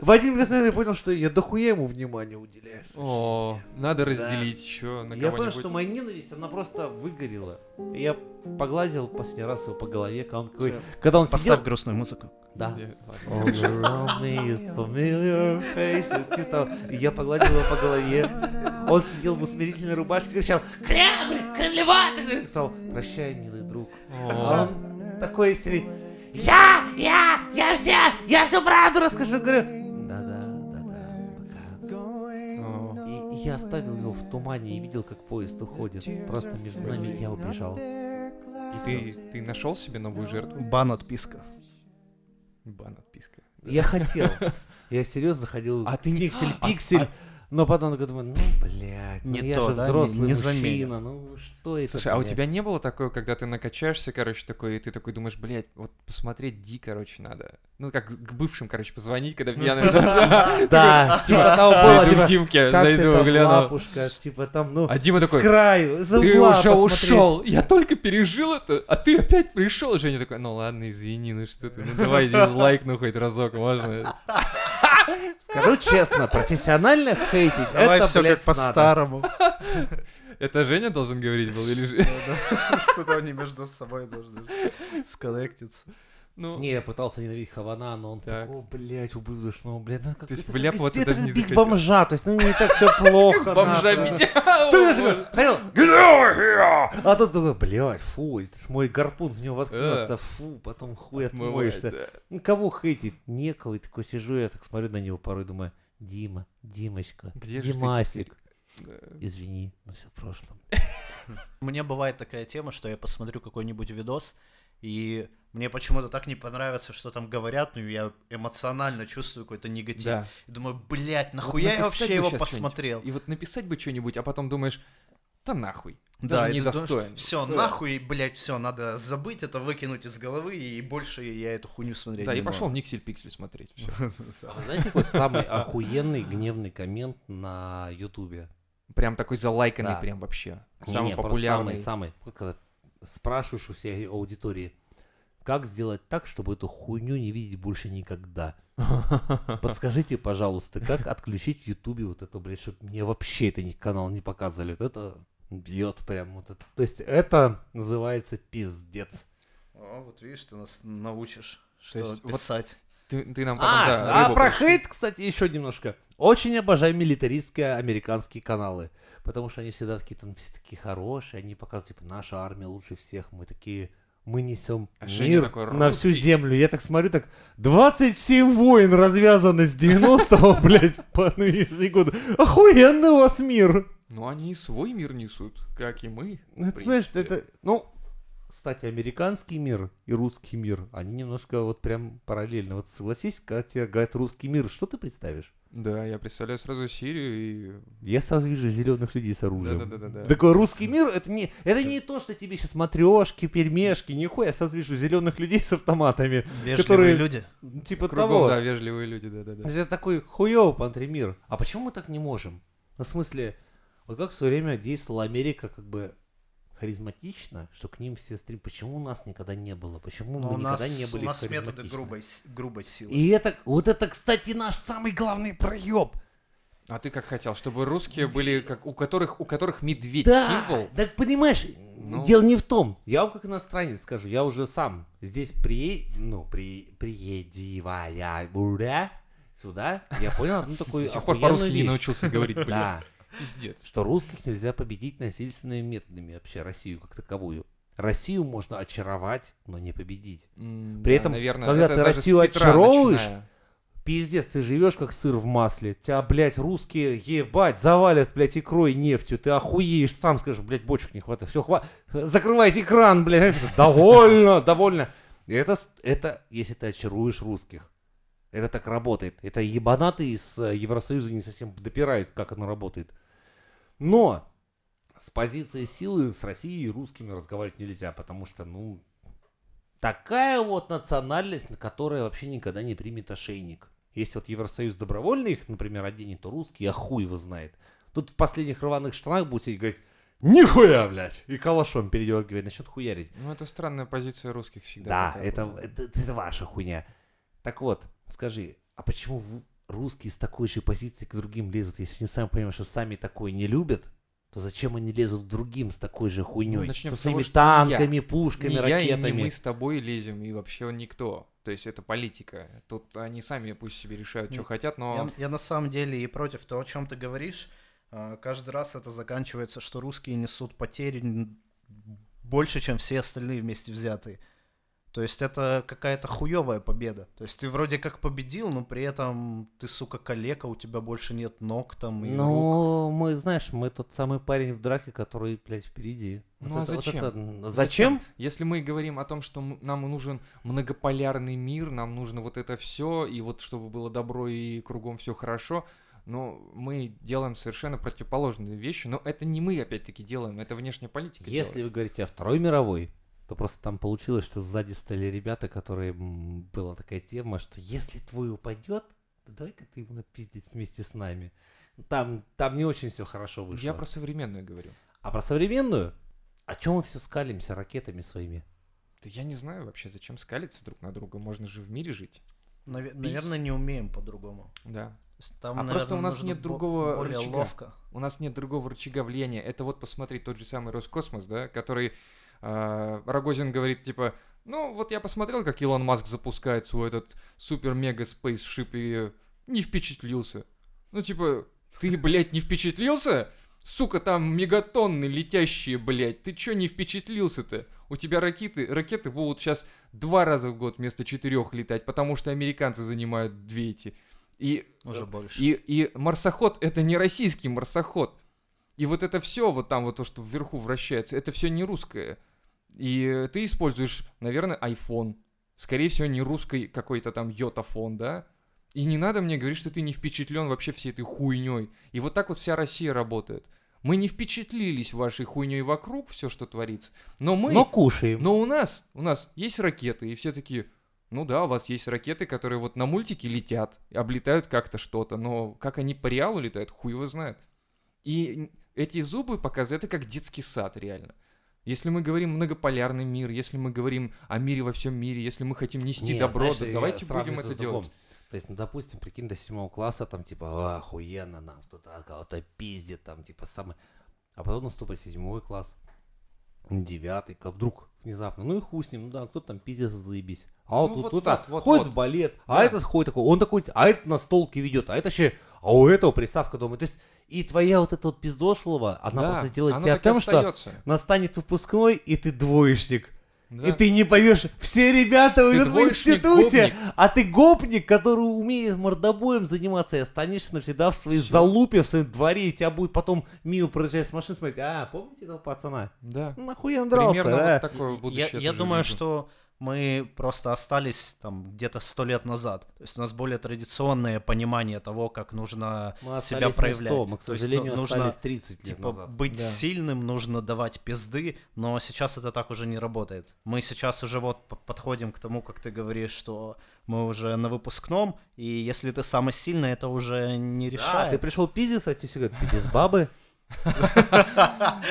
B: в один прекрасный момент понял, что я дохуя ему внимания уделяю.
A: О, надо разделить еще на
B: Я понял, что
A: кого-нибудь.
B: моя ненависть, она просто выгорела. И Я погладил последний раз его по голове, когда он, такой-
C: Всё.
B: когда он
C: Поставь
B: сидел...
C: грустную музыку.
B: Да.
A: Не,
B: [LAUGHS]
A: ладно.
B: All around me is familiar faces. Типа того. И я погладил его по голове. Он сидел в усмирительной рубашке и кричал «Кремль! Кремлеватый!» И сказал «Прощай, милый друг». А
A: О,
B: он такой сидит «Я! Я! Я все! Я всю правду расскажу!» Говорю «Да-да, да-да, пока».
A: о.
B: И, и я оставил его в тумане и видел, как поезд уходит. Просто между нами я убежал.
A: И ты, ты нашел себе новую жертву?
C: Бан отписка.
A: Бан, отписка. [LAUGHS]
B: Я хотел. Я серьезно ходил.
A: А ты не-
B: пиксель,
A: а-
B: пиксель. Но потом такой думаю, ну, блядь, ну
C: Не
B: я
C: то,
B: же
C: да, не-
B: взрослый
C: не заметил.
B: мужчина, ну что это,
A: Слушай, а у
B: блядь?
A: тебя не было такое, когда ты накачаешься, короче, такой, и ты такой думаешь, блядь, вот посмотреть Ди, короче, надо. Ну, как к бывшим, короче, позвонить, когда
B: [LAUGHS]
A: пьяный. [LAUGHS]
B: Да, типа того было,
A: Зайду
B: типа,
A: к Димке,
B: как ты
A: зайду,
B: там,
A: гляну.
B: лапушка, типа там, ну,
A: А Дима
B: с
A: такой,
B: краю, за
A: Ты
B: угла
A: уже
B: посмотреть.
A: ушел, я только пережил это, а ты опять пришел. Женя такой, ну ладно, извини, ну что ты, ну давай дизлайк, ну хоть разок, можно.
B: Скажу честно, профессионально хейтить,
C: Давай
B: это,
C: все
B: блядь,
C: как
B: надо.
C: [LAUGHS] по-старому.
A: Это Женя должен говорить был или же? [LAUGHS]
C: Что-то они между собой должны сконнектиться.
A: Ну,
B: Не, я пытался ненавидеть Хавана, но он
A: Так.
B: такой, «О, блядь, убудешь, ну, блядь, ну как
A: То есть
B: это
A: в ляп
B: как
A: вот ты
B: из-
A: даже
B: это
A: не
B: бить
A: захотел.
B: бомжа, то есть, ну не
A: [LAUGHS]
B: так все плохо.
A: бомжа
B: нахуй.
A: меня. о,
B: Ты же
A: боже.
B: такой, хотел, «Гнёва хера!» А тут такой, блядь, фу, это ж мой гарпун в него воткнется,
A: Э.
B: фу, потом хуй
A: Бывает,
B: отмоешься.
A: да.
B: Ну, кого хейтить? Некого. И такой сижу, я так смотрю на него порой, думаю, Дима, Димочка,
A: Где же ты
B: Димасик,
A: Да.
B: извини, но все в прошлом.
C: У меня бывает такая тема, что я посмотрю какой-нибудь видос, И мне почему-то так не понравится, что там говорят, но я эмоционально чувствую какой-то негатив.
A: Да.
C: И думаю, блядь, нахуя я
A: написать бы
C: вообще его
A: щас
C: посмотрел?
A: И вот написать бы что-нибудь, а потом думаешь, да нахуй,
C: Да,
A: даже не достоин.
C: Все,
B: Да.
C: нахуй, блядь, все, надо забыть это, выкинуть из головы, и больше я эту хуйню смотреть
A: Да,
C: не
A: и пошел
C: буду.
A: Никсель Пиксель смотреть. Всё.
B: А вы знаете, какой
A: [LAUGHS]
B: самый охуенный гневный коммент на Ютубе?
A: Прям такой залайканный,
B: Да.
A: прям вообще.
B: Не,
A: Самый
B: не, просто
A: популярный.
B: Самый, самый. Когда Спрашиваешь у всей аудитории, как сделать так, чтобы эту хуйню не видеть
A: [LAUGHS]
B: больше никогда? Подскажите, пожалуйста, как отключить в Ютубе вот это, блядь, чтобы мне вообще это ни- канал не показывали. Вот это бьет прям вот это. То есть это называется пиздец.
C: О, вот видишь, ты нас научишь, что
A: есть вот [LAUGHS]
C: писать.
A: [LAUGHS] Ты, ты нам потом,
B: А,
A: да,
B: а
A: рыбу
B: про
A: приш-
B: хейт, кстати, еще немножко. Очень обожаю милитаристские американские каналы, потому что они всегда такие, там все такие хорошие, они показывают, типа, наша армия лучше всех, мы такие, мы несем
A: А Женя
B: мир
A: такой
B: на всю землю. Я так смотрю, так 27 войн развязаны с 90-го, [LAUGHS] блядь, по нынешний год. Охуенный у вас мир.
A: Ну они и свой мир несут, как и мы.
B: Ну,
A: в
B: Это, знаешь,
A: принципе.
B: это, ну, кстати, американский мир и русский мир, они немножко вот прям параллельно. Вот согласись, когда тебе говорят русский мир, что ты представишь?
A: Да, я представляю сразу Сирию и...
B: Я сразу вижу зеленых людей с оружием.
A: Да-да-да-да.
B: Такой русский мир, это не, это не то, что тебе сейчас матрешки, пельмешки, нихуя, я сразу вижу зеленых людей с автоматами.
C: Вежливые
B: которые-
C: люди.
B: Типа
A: Кругом,
B: того.
A: да, вежливые люди, да-да-да.
B: Это такой хуёвый пантри мир. А почему мы так не можем? Ну, в смысле, вот как в свое время действовала Америка как бы харизматично, что к ним все стрим. Почему у нас никогда не было? Почему
C: Но
B: мы
C: Ну, у нас,
B: никогда не были
C: у нас методы
B: харизматичны?
C: грубой, с- грубой силы.
B: И это, вот это, кстати, наш самый главный проеб.
A: А ты как хотел, чтобы русские были, как у которых, у которых медведь
B: Да,
A: символ?
B: так понимаешь,
A: Ну.
B: дело не в том. Я вам как иностранец скажу, я уже сам здесь при, ну, при, приедивая, буря, сюда, я понял одну
A: [LAUGHS]
B: такую
A: До сих пор по-русски
B: охуенную
A: не
B: вещь. [LAUGHS]
A: научился говорить, блядь.
B: Да,
A: Пиздец.
B: что русских нельзя победить насильственными методами вообще, Россию как таковую. Россию можно очаровать, но не победить.
A: М,
B: При
A: да,
B: этом,
A: наверное,
B: когда
A: это
B: ты
A: даже с
B: Россию
A: Петра
B: очаровываешь,
A: начиная.
B: Пиздец, ты живешь как сыр в масле. Тебя, блядь, русские, ебать, завалят, блядь, икрой и нефтью. Ты охуеешь, сам скажешь, блядь, бочек не хватает. Все, хватит. Закрывайте экран, блядь. Довольно, довольно. И Это, с- это, если ты очаруешь русских. Это так работает. Это ебанаты из э, Евросоюза не совсем допирают, как оно работает. Но с позиции силы с Россией и русскими разговаривать нельзя, потому что, ну, такая вот национальность, на которая вообще никогда не примет ошейник. Если вот Евросоюз добровольно их, например, оденет, то русский, а хуй его знает. Тут в последних рваных штанах будет сидеть и говорить, нихуя, блядь, и калашом передергивает, начнет хуярить.
A: Ну, это странная позиция русских всегда.
B: Да,
A: такая
B: это,
A: была.
B: это, это ваша хуйня. Так вот, скажи, а почему в- русские с такой же позиции к другим лезут, если они сами понимают, что сами такое не любят? то зачем они лезут к другим с такой же хуйней?
A: начнем
B: со
A: Ну, с того,
B: своими
A: что не я.
B: танками, пушками,
A: не я и
B: ракетами.
A: не мы с тобой лезем, и вообще никто. То есть это политика. Тут они сами пусть себе решают, что
C: Ну,
A: хотят,
C: Я,
A: но...
C: я на самом деле и против того, о чем ты говоришь. А, Каждый раз это заканчивается, что русские несут потери н- больше, чем все остальные вместе взятые. То есть это какая-то хуевая победа. То есть ты вроде как победил, но при этом ты, сука, калека, у тебя больше нет ног там и рук.
B: Ну, мы, знаешь, мы тот самый парень в драке, который, блядь, впереди.
A: Ну, а зачем?
B: м,
A: Зачем?
B: зачем?
A: Если мы говорим о том, что м- нам нужен многополярный мир, нам нужно вот это все, и вот чтобы было добро и кругом все хорошо, но мы делаем совершенно противоположные вещи, но это не мы опять-таки делаем, это внешняя политика.
B: Если
A: делает.
B: вы говорите о Второй мировой, то просто там получилось, что сзади стали ребята, которые... м, Была такая тема, что если твой упадет, то давай-ка ты его отпиздить вместе с нами. Там, там не очень все хорошо вышло.
A: Я про современную говорю.
B: А про современную? О чем мы все скалимся ракетами своими?
A: Да я не знаю вообще, зачем скалиться друг на друга, можно же в мире жить.
C: Наве- наверное, не умеем по-другому.
A: Да.
C: То есть Там,
A: А просто у нас
C: нужно
A: нет
C: бо-
A: другого
C: более
A: рычага.
C: ловко.
A: У нас нет другого рычага влияния. Это вот посмотри тот же самый Роскосмос, да, который э, Рогозин говорит, типа, ну вот я посмотрел, как Илон Маск запускает свой этот супер-мега-спейсшип и не впечатлился. Ну типа, ты, блядь, не впечатлился? Сука, там мегатонны летящие, блядь. Ты чё не впечатлился-то? У тебя ракеты, ракеты будут сейчас два раза в год вместо четырех летать, потому что американцы занимают две эти. И
C: Уже больше.
A: и, и марсоход это не российский марсоход. И вот это все, вот там вот то, что вверху вращается, это все не русское. И э, ты используешь, наверное, iPhone. Скорее всего, не русской какой-то там йотафон, да? И не надо мне говорить, что ты не впечатлен вообще всей этой хуйней. И вот так вот вся Россия работает. Мы не впечатлились вашей хуйней вокруг, все, что творится. Но мы...
B: Но кушаем.
A: Но у нас, у нас есть ракеты, и все такие, ну да, у вас есть ракеты, которые вот на мультике летят, и облетают как-то что-то, но как они по реалу летают, хуй его знает. И эти зубы показывают, это как детский сад, реально. Если мы говорим многополярный мир, если мы говорим о мире во всем мире, если мы хотим нести
B: Не,
A: добро,
B: знаешь,
A: да
B: я
A: давайте будем
B: сравниваю
A: это
B: с другом.
A: делать.
B: То есть, ну, допустим, прикинь, до седьмого класса там, типа, «А, охуенно, нам кто-то кого-то пиздит, там, типа, самый... А потом наступает седьмой класс, девятый, как вдруг внезапно, ну и хуй с ним, ну да, кто там пиздец, заебись. А вот
A: Ну,
B: тут
A: вот,
B: тут
A: вот,
B: а,
A: вот,
B: ходит
A: вот.
B: в балет,
A: Да.
B: а этот ходит такой, он такой, а этот на столке ведет, а это вообще, а у этого приставка дома. То есть, и твоя вот эта вот пиздошлова, она
A: Да,
B: просто делает
A: оно
B: тебя
A: так и
B: тем, что
A: остается.
B: настанет выпускной, и ты двоечник.
A: Да.
B: И ты не поверишь, все ребята уйдут в
A: двоечник,
B: институте,
A: гопник.
B: а ты гопник, который умеет мордобоем заниматься, и останешься навсегда в своей
A: Всё.
B: залупе, в своем дворе, и тебя будет потом мимо проезжая с машины смотреть, а, помните этого пацана?
A: Да.
B: Ну, Нахуя он дрался,
A: Примерно
B: а?»
A: вот такое будущее.
C: Я, я
A: тоже
C: думаю,
A: вижу.
C: что мы просто остались там где-то сто лет назад. То есть у нас более традиционное понимание того, как нужно
B: Мы остались
C: себя
B: не
C: проявлять.
B: 100, мы, к
C: То есть,
B: сожалению,
C: ну, нужно,
B: остались 30 лет
C: типа,
B: назад.
C: быть
A: Да.
C: сильным, нужно давать пизды, но сейчас это так уже не работает. Мы сейчас уже вот п- подходим к тому, как ты говоришь, что мы уже на выпускном, и если ты самый сильный, это уже не
B: Да,
C: решает.
B: ты пришел пиздец, а тебе все говорят, ты без бабы?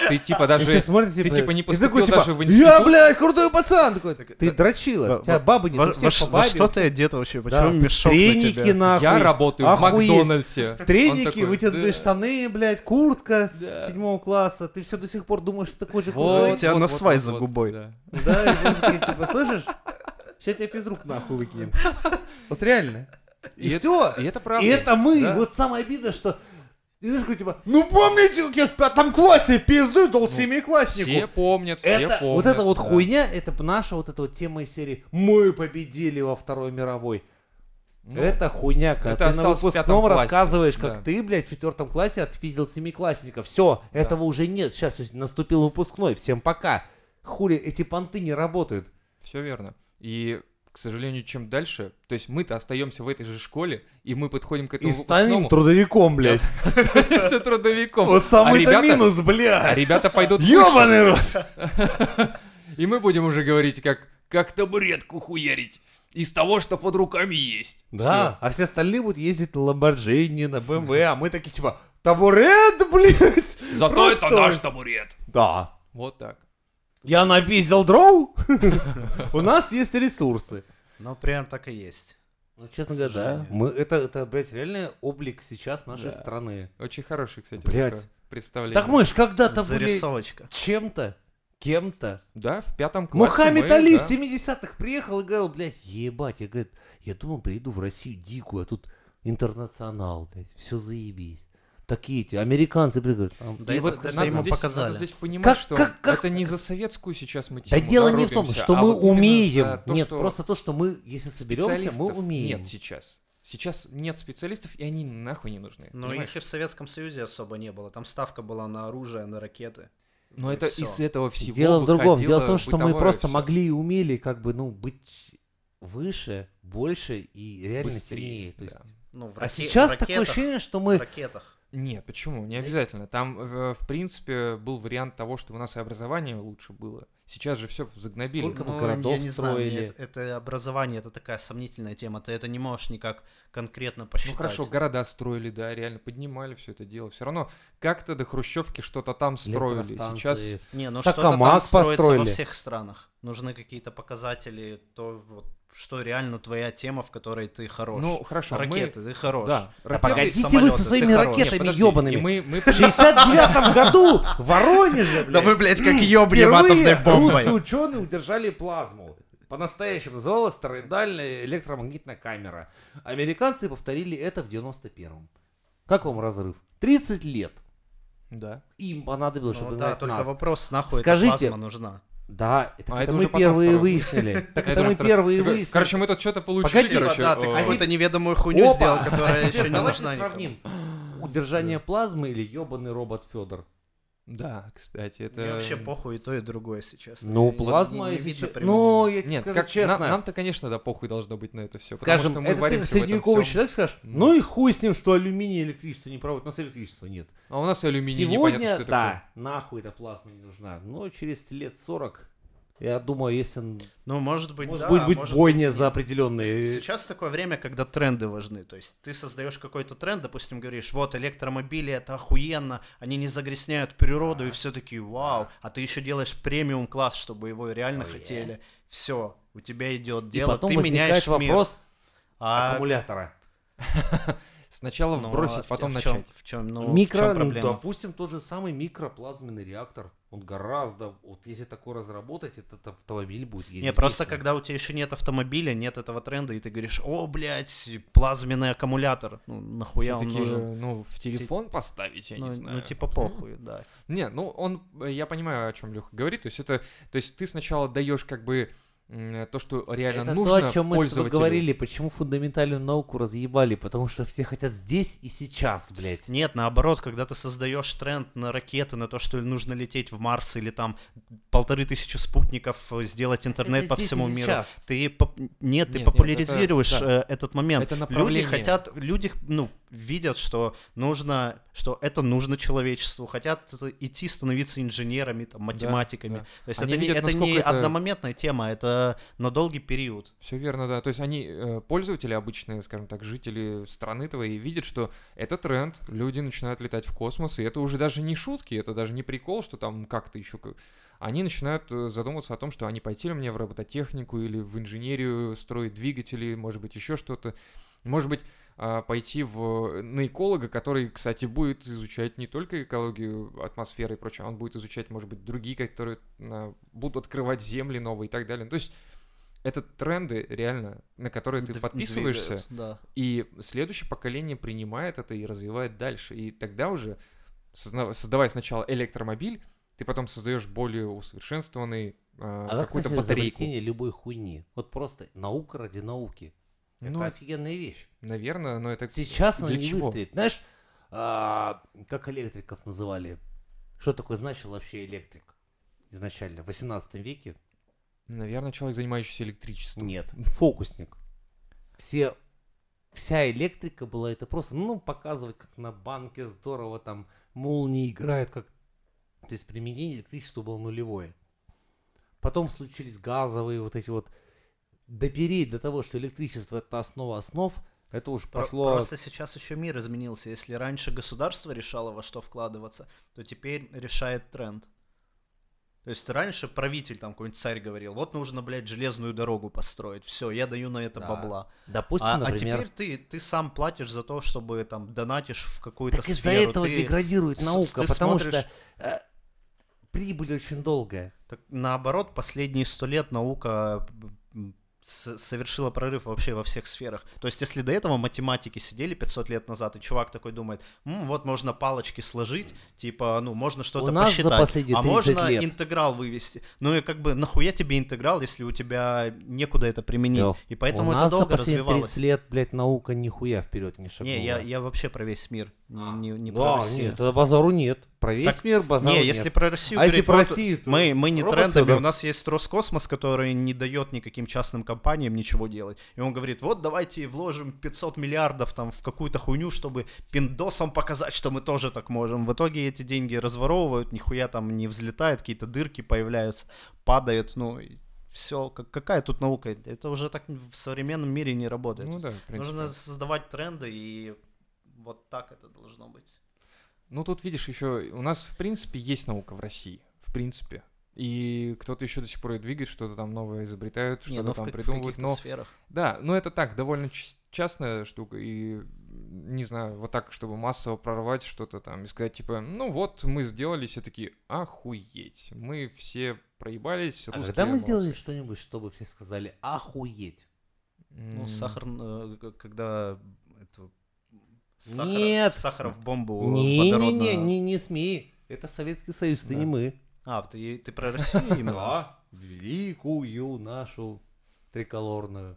A: Ты типа
B: И все
A: даже...
B: смотрят,
A: ты, типа, не
B: и такой,
A: поступил
B: типа,
A: даже в институт?»
B: Я, блядь, крутой пацан! Такой, ты дрочила,
C: Да,
B: тебя
C: во-
B: бабы нет,
C: Во,
B: у всех
C: во-
B: по
C: во
B: бабе,
C: что
B: у
C: ты одета вообще?
B: всех-
C: Почему
B: Да,
C: мешок на тебя?
B: Треники нахуй.
A: Я работаю
B: Охуеть.
A: в Макдональдсе. Он
B: Треники,
A: такой,
B: вытянутые
A: «Да».
B: штаны, блядь, куртка
A: Да.
B: с седьмого класса. Ты все до сих пор думаешь, что такой же
A: Вот,
C: У
B: крутой.
C: тебя
A: вот,
C: на
A: вот,
C: свай
A: вот,
C: за
A: вот,
C: губой.
A: да.
B: Да, и просто такие, типа, слышишь? Сейчас тебя физрук нахуй выкинет. Вот реально. И,
A: И это-
B: все.
A: И это
B: И
A: правда.
B: это мы.
A: да.
B: Вот самое обидное, что... И знаешь, такой, типа, ну помните, как я в пятом классе пизду дал семикласснику.
A: Ну, Все помнят, все
B: это,
A: помнят.
B: вот эта вот
A: да.
B: хуйня, это б наша вот эта вот тема из серии «Мы победили во Второй мировой».
A: Ну,
B: это хуйня, когда
A: это
B: ты на
A: осталось в пятом
B: выпускном
A: классе,
B: рассказываешь, как
A: да.
B: ты, блядь, в четвертом классе отпиздил семиклассников. Все,
A: Да.
B: этого уже нет. Сейчас наступил выпускной. Всем пока. Хули, эти понты не работают.
A: Все верно. И, к сожалению, чем дальше, то есть мы-то остаемся в этой же школе, и мы подходим к этому
B: И станем
A: выпускному [LAUGHS]
B: трудовиком, блядь.
A: с трудовиком.
B: Вот
A: А
B: самый-то
A: ребята-
B: минус,
A: а
B: блядь.
A: Ребята пойдут выше,
B: Ёбаный рот.
A: и мы будем уже говорить, как как табуретку хуярить из того, что под руками есть.
B: Да, а все остальные будут ездить на Lamborghini, на BMW, а мы такие типа табурет, [LAUGHS] блядь.
A: Всё. Зато это
B: Просто-
A: наш табурет.
B: Да.
A: Вот так.
B: Я напиздил дроу. [LAUGHS] У нас есть ресурсы.
C: Ну, прям так и есть.
B: Ну, честно говоря, да.
C: сожалению.
B: Мы, это, это, блядь, реально облик сейчас нашей страны.
A: Очень хороший, кстати,
B: Блядь.
A: такое представление.
B: Так мы ж когда-то были
C: Зарисовочка.
B: чем-то, кем-то.
A: Да, в пятом классе
B: Мухаммед
A: мы,
B: Али
A: да.
B: в 70-х приехал и говорил, блядь, ебать. Я, говорит, я думал, приеду в Россию дикую, а тут интернационал, блядь, все заебись. Такие эти, американцы приходят. а,
C: Да
A: И
C: это,
A: вот
C: это
A: надо,
C: ему
A: здесь,
C: показали.
A: надо здесь понимать,
B: Как-
A: что
B: как- как-
A: это не за советскую сейчас мы
B: Да
A: тему,
B: дело не в том,
A: ругаемся,
B: что
A: а
B: мы
A: вот именно за
B: умеем.
A: то,
B: Нет,
A: что
B: просто то, что мы, если соберемся, мы
A: специалистов
B: умеем.
A: Нет сейчас. Сейчас нет специалистов, и они нахуй не нужны.
C: Но
A: понимаешь?
C: Ну, их и в Советском Союзе особо не было. Там ставка была на оружие, на ракеты.
A: Но
B: Ну,
C: и
A: это
C: всё.
A: из этого всего
B: Дело в другом. Дело в
A: выходило
B: том, что мы
A: бытовое
B: просто
A: всё.
B: могли и умели как бы, ну, быть выше, больше и реально
A: Быстрее,
B: сильнее. То есть-
A: да.
C: Ну, в
B: А
C: раке-
B: сейчас
C: в
B: такое
C: ракетах-
B: ощущение, что
C: в
B: мы...
C: ракетах.
A: Нет, почему? Не обязательно. Там, э, в принципе, был вариант того, что у нас и образование лучше было. Сейчас же все загнобили.
B: Сколько- мы
C: Ну,
B: городов
C: я не знаю, мне
B: строили.
C: это, это образование, это такая сомнительная тема. Ты это не можешь никак конкретно
A: Ну
C: посчитать.
A: хорошо, города строили, да, реально поднимали все это дело. Все равно как-то до Хрущевки что-то там строили. Сейчас
B: электростанции.
C: Не, ну
B: Так
C: что-то там
B: КамАЗ
C: строится во
B: построили.
C: всех странах. Нужны какие-то показатели, то, вот, что реально твоя тема, в которой ты хорош.
A: Ну, хорошо, мы-
C: Ракеты, ты хорош.
A: Да,
C: Да
A: ракеты-
C: погоди,
B: Идите вы со
C: самолеты,
B: своими
C: ты хорош.
A: Не,
B: ракетами
A: подожди,
B: ёбаными.
A: и мы, мы
B: [LAUGHS] В
C: [LAUGHS]
B: 69 году в Воронеже,
C: Да
B: блядь,
C: вы,
B: [CLEARS THROAT]
C: блядь, как ёбни
B: впервые
C: атомной бомбой.
B: русские ученые удержали плазму. По-настоящему называлась тороидальная электромагнитная камера. Американцы повторили это в 91-м. Как вам разрыв? 30 лет.
A: Да.
B: Им понадобилось,
C: Ну
B: чтобы
C: да,
B: догнать
C: только
B: нас.
C: вопрос, нахуй
B: Скажите.
C: эта плазма нужна.
B: Да, так
A: А
B: это,
A: это
B: мы
A: уже потом
B: первые
A: второй. [LAUGHS]
B: выяснили. Так это
A: уже
B: мы
A: второй.
B: первые
A: Кор-
B: выяснили.
A: Короче, мы тут что-то получили,
B: Погоди,
A: короче.
C: да, ты
A: о-
C: какую-то неведомую хуйню
B: Опа!
C: сделал, которая
B: А теперь
C: еще не
B: давайте
C: нужна. никому.
B: сравним. Удержание плазмы или ебаный робот Федор?
A: Да, кстати, это...
C: Мне вообще похуй и то, и другое, если честно.
B: Ну,
C: И
B: плазма,
C: не- не
B: если
C: видно
B: че-
C: применения.
B: Ну, я тебе
A: Нет,
B: скажу
A: как- на-
B: честно.
A: нам-то, конечно, да, похуй должно быть на это все.
B: Скажем,
A: потому что мы
B: это ты
A: варимся в этом
B: средневековый
A: всём.
B: человек скажешь, ну и хуй с ним, что алюминий и электричество не проводит, у нас электричества нет.
A: А у нас и алюминий непонятно,
B: Сегодня,
A: что такое.
B: да, нахуй эта плазма не нужна, но через лет 40, я думаю, если... он-
C: Ну, может быть,
B: Может
C: да,
B: быть, быть
C: может
B: бойня
C: быть,
B: за
C: нет.
B: определенные...
C: Сейчас такое время, когда тренды важны. То есть ты создаешь какой-то тренд, допустим, говоришь, вот электромобили это охуенно, они не загрязняют природу, и все такие, вау, а ты еще делаешь премиум класс, чтобы его реально
B: Oh, yeah.
C: хотели. Все, у тебя идет
B: И
C: дело,
B: потом
C: ты
B: возникает
C: меняешь мир.
B: вопрос
C: А,
B: аккумулятора.
A: Сначала
C: ну,
A: вбросить,
C: а
A: потом
C: в чём-
A: начать.
C: В чем, ну, в
B: Микро,
C: чём
B: ну,
C: проблема?
B: допустим, тот же самый микроплазменный реактор. Он гораздо, вот если такой разработать, этот автомобиль будет ездить.
C: Не, просто
B: быстро.
C: когда у тебя еще нет автомобиля, нет этого тренда, и ты говоришь, о, блядь, плазменный аккумулятор, ну, нахуя он
A: Всё-таки,
C: нужен?
A: э, ну, в телефон поставить, я
C: Ну,
A: не
C: ну,
A: знаю.
C: типа похуй, да.
A: Не, ну он, э, я понимаю, о чем Леха говорит. То есть это, то есть ты сначала даешь как бы м, то, что реально
B: Это
A: нужно
B: то, о чем мы с тобой
A: пользователю.
B: говорили, почему фундаментальную науку разъебали, потому что все хотят здесь и сейчас, блядь.
C: Нет, наоборот, когда ты создаешь тренд на ракеты, на то, что нужно лететь в Марс или там полторы тысячи спутников, э, сделать интернет
B: Это
C: по
B: здесь
C: всему
B: и
C: миру.
B: сейчас.
C: Ты поп- нет, ты
A: Нет, нет,
C: популяризируешь
A: это-
C: э, этот момент.
A: Это
C: Люди
A: направление.
C: хотят, люди ну видят, что нужно, что это нужно человечеству, хотят идти становиться инженерами, там математиками.
A: да.
C: То есть
A: Они
C: это, не-
A: видят,
C: это не
A: насколько это-
C: одномоментная тема, это на долгий период.
A: Все верно, да. То есть они, э, пользователи обычные, скажем так, жители страны твоей, видят, что это тренд, люди начинают летать в космос, и это уже даже не шутки, это даже не прикол, что там как-то еще... как- Они начинают э, задумываться о том, что они пойти ли мне в робототехнику или в инженерию строить двигатели, может быть, еще что-то. Может быть, а, пойти в, на эколога, который, кстати, будет изучать не только экологию атмосферы и прочее, он будет изучать, может быть, другие, которые а, будут открывать земли новые и так далее. То есть это тренды реально, на которые ты
C: Дв-
A: подписываешься,
C: двигают, Ну, Да.
A: и следующее поколение принимает это и развивает дальше. И тогда уже, созна- создавая сначала электромобиль, ты потом создаешь более усовершенствованный а,
B: А как
A: какую-то
B: насчет
A: батарейку.
B: изобретения любой хуйни. Вот просто наука ради науки.
A: Ну,
B: это офигенная вещь.
A: наверное, но это...
B: Сейчас она
A: для
B: не
A: чего?
B: выстрелит. Знаешь, а, как электриков называли? Что такое значил вообще электрик? Изначально, в 18 веке?
A: Наверное, человек, занимающийся электричеством.
B: Нет. Фокусник. Все, вся электрика была это просто, ну, показывать, как на банке здорово там молнии играют, как... То есть применение электричества было нулевое. Потом случились газовые вот эти вот... Доберить до того, что электричество это основа основ, это уж
C: Про-
B: пошло...
C: Просто сейчас еще мир изменился. Если раньше государство решало во что вкладываться, то теперь решает тренд. То есть раньше правитель, там какой-нибудь царь говорил, вот нужно, блядь, железную дорогу построить, все, я даю на это
B: Да.
C: бабла.
B: Допустим,
C: а, а
B: например...
C: теперь ты, ты сам платишь за то, чтобы там донатишь в какую-то
B: Так из-за
C: сферу.
B: этого
C: ты-
B: деградирует
C: с-
B: наука,
C: ты
B: потому
C: смотришь-
B: что э, прибыль очень долгая.
C: Так, наоборот, последние сто лет наука м, с- совершила прорыв вообще во всех сферах. То есть, если до этого математики сидели 500 лет назад, и чувак такой думает, «М, вот можно палочки сложить, типа, ну, можно что-то
B: У нас за
C: посчитать,
B: последние
C: а
B: 30
C: можно
B: лет».
C: интеграл вывести. Ну и как бы, нахуя тебе интеграл, если у тебя некуда это применить?
B: Лёх,
C: И поэтому
B: У
C: это
B: нас за
C: долго
B: последние 30
C: развивалось.
B: лет, блядь, наука нихуя вперед не шагнула.
C: Не, я, я вообще про весь мир,
B: А.
C: не, не про
B: Да,
C: Россию.
B: нет, это базару нет. Про весь
C: Так,
B: мир базару
C: не,
B: нет.
C: если про Россию
B: А если
C: говорить,
B: про
C: вот
B: Россию, то
C: мы, мы не
B: робот
C: трендами,
B: Фёдор.
C: у нас есть Роскосмос, который не дает никаким частным компаниям ничего делать. И он говорит, вот давайте вложим 500 миллиардов там в какую-то хуйню, чтобы пиндосам показать, что мы тоже так можем. В итоге эти деньги разворовывают, нихуя там не взлетает, какие-то дырки появляются, падают, ну все, какая тут наука? Это уже так в современном мире не работает.
A: Ну да, в принципе.
C: Нужно создавать тренды и вот так это должно быть.
A: Ну, тут, видишь, еще у нас, в принципе, есть наука в России. В принципе. И кто-то еще до сих пор и двигает, что-то там новое изобретают,
C: Не,
A: что-то
C: ну, в
A: там
C: как- в
A: придумывают.
C: каких-то
A: Но
C: сферах.
A: да, но это так, довольно чис- частная штука. И м, не знаю, вот так, чтобы массово прорвать что-то там и сказать, типа, ну вот, мы сделали все такие, охуеть. Мы все проебались.
B: А
A: русские
B: когда мы
A: молодцы».
B: сделали что-нибудь, чтобы все сказали «охуеть»?
A: М,
C: Ну, сахар, э, к- когда эту... сахар-
B: Нет.
C: Сахаров бомбу
B: Не-не-не,
C: водородную-
B: не, не СМИ. Это Советский Союз, это
A: Да.
B: не мы.
C: А, ты, ты про Россию именно?
B: Да, великую нашу триколорную.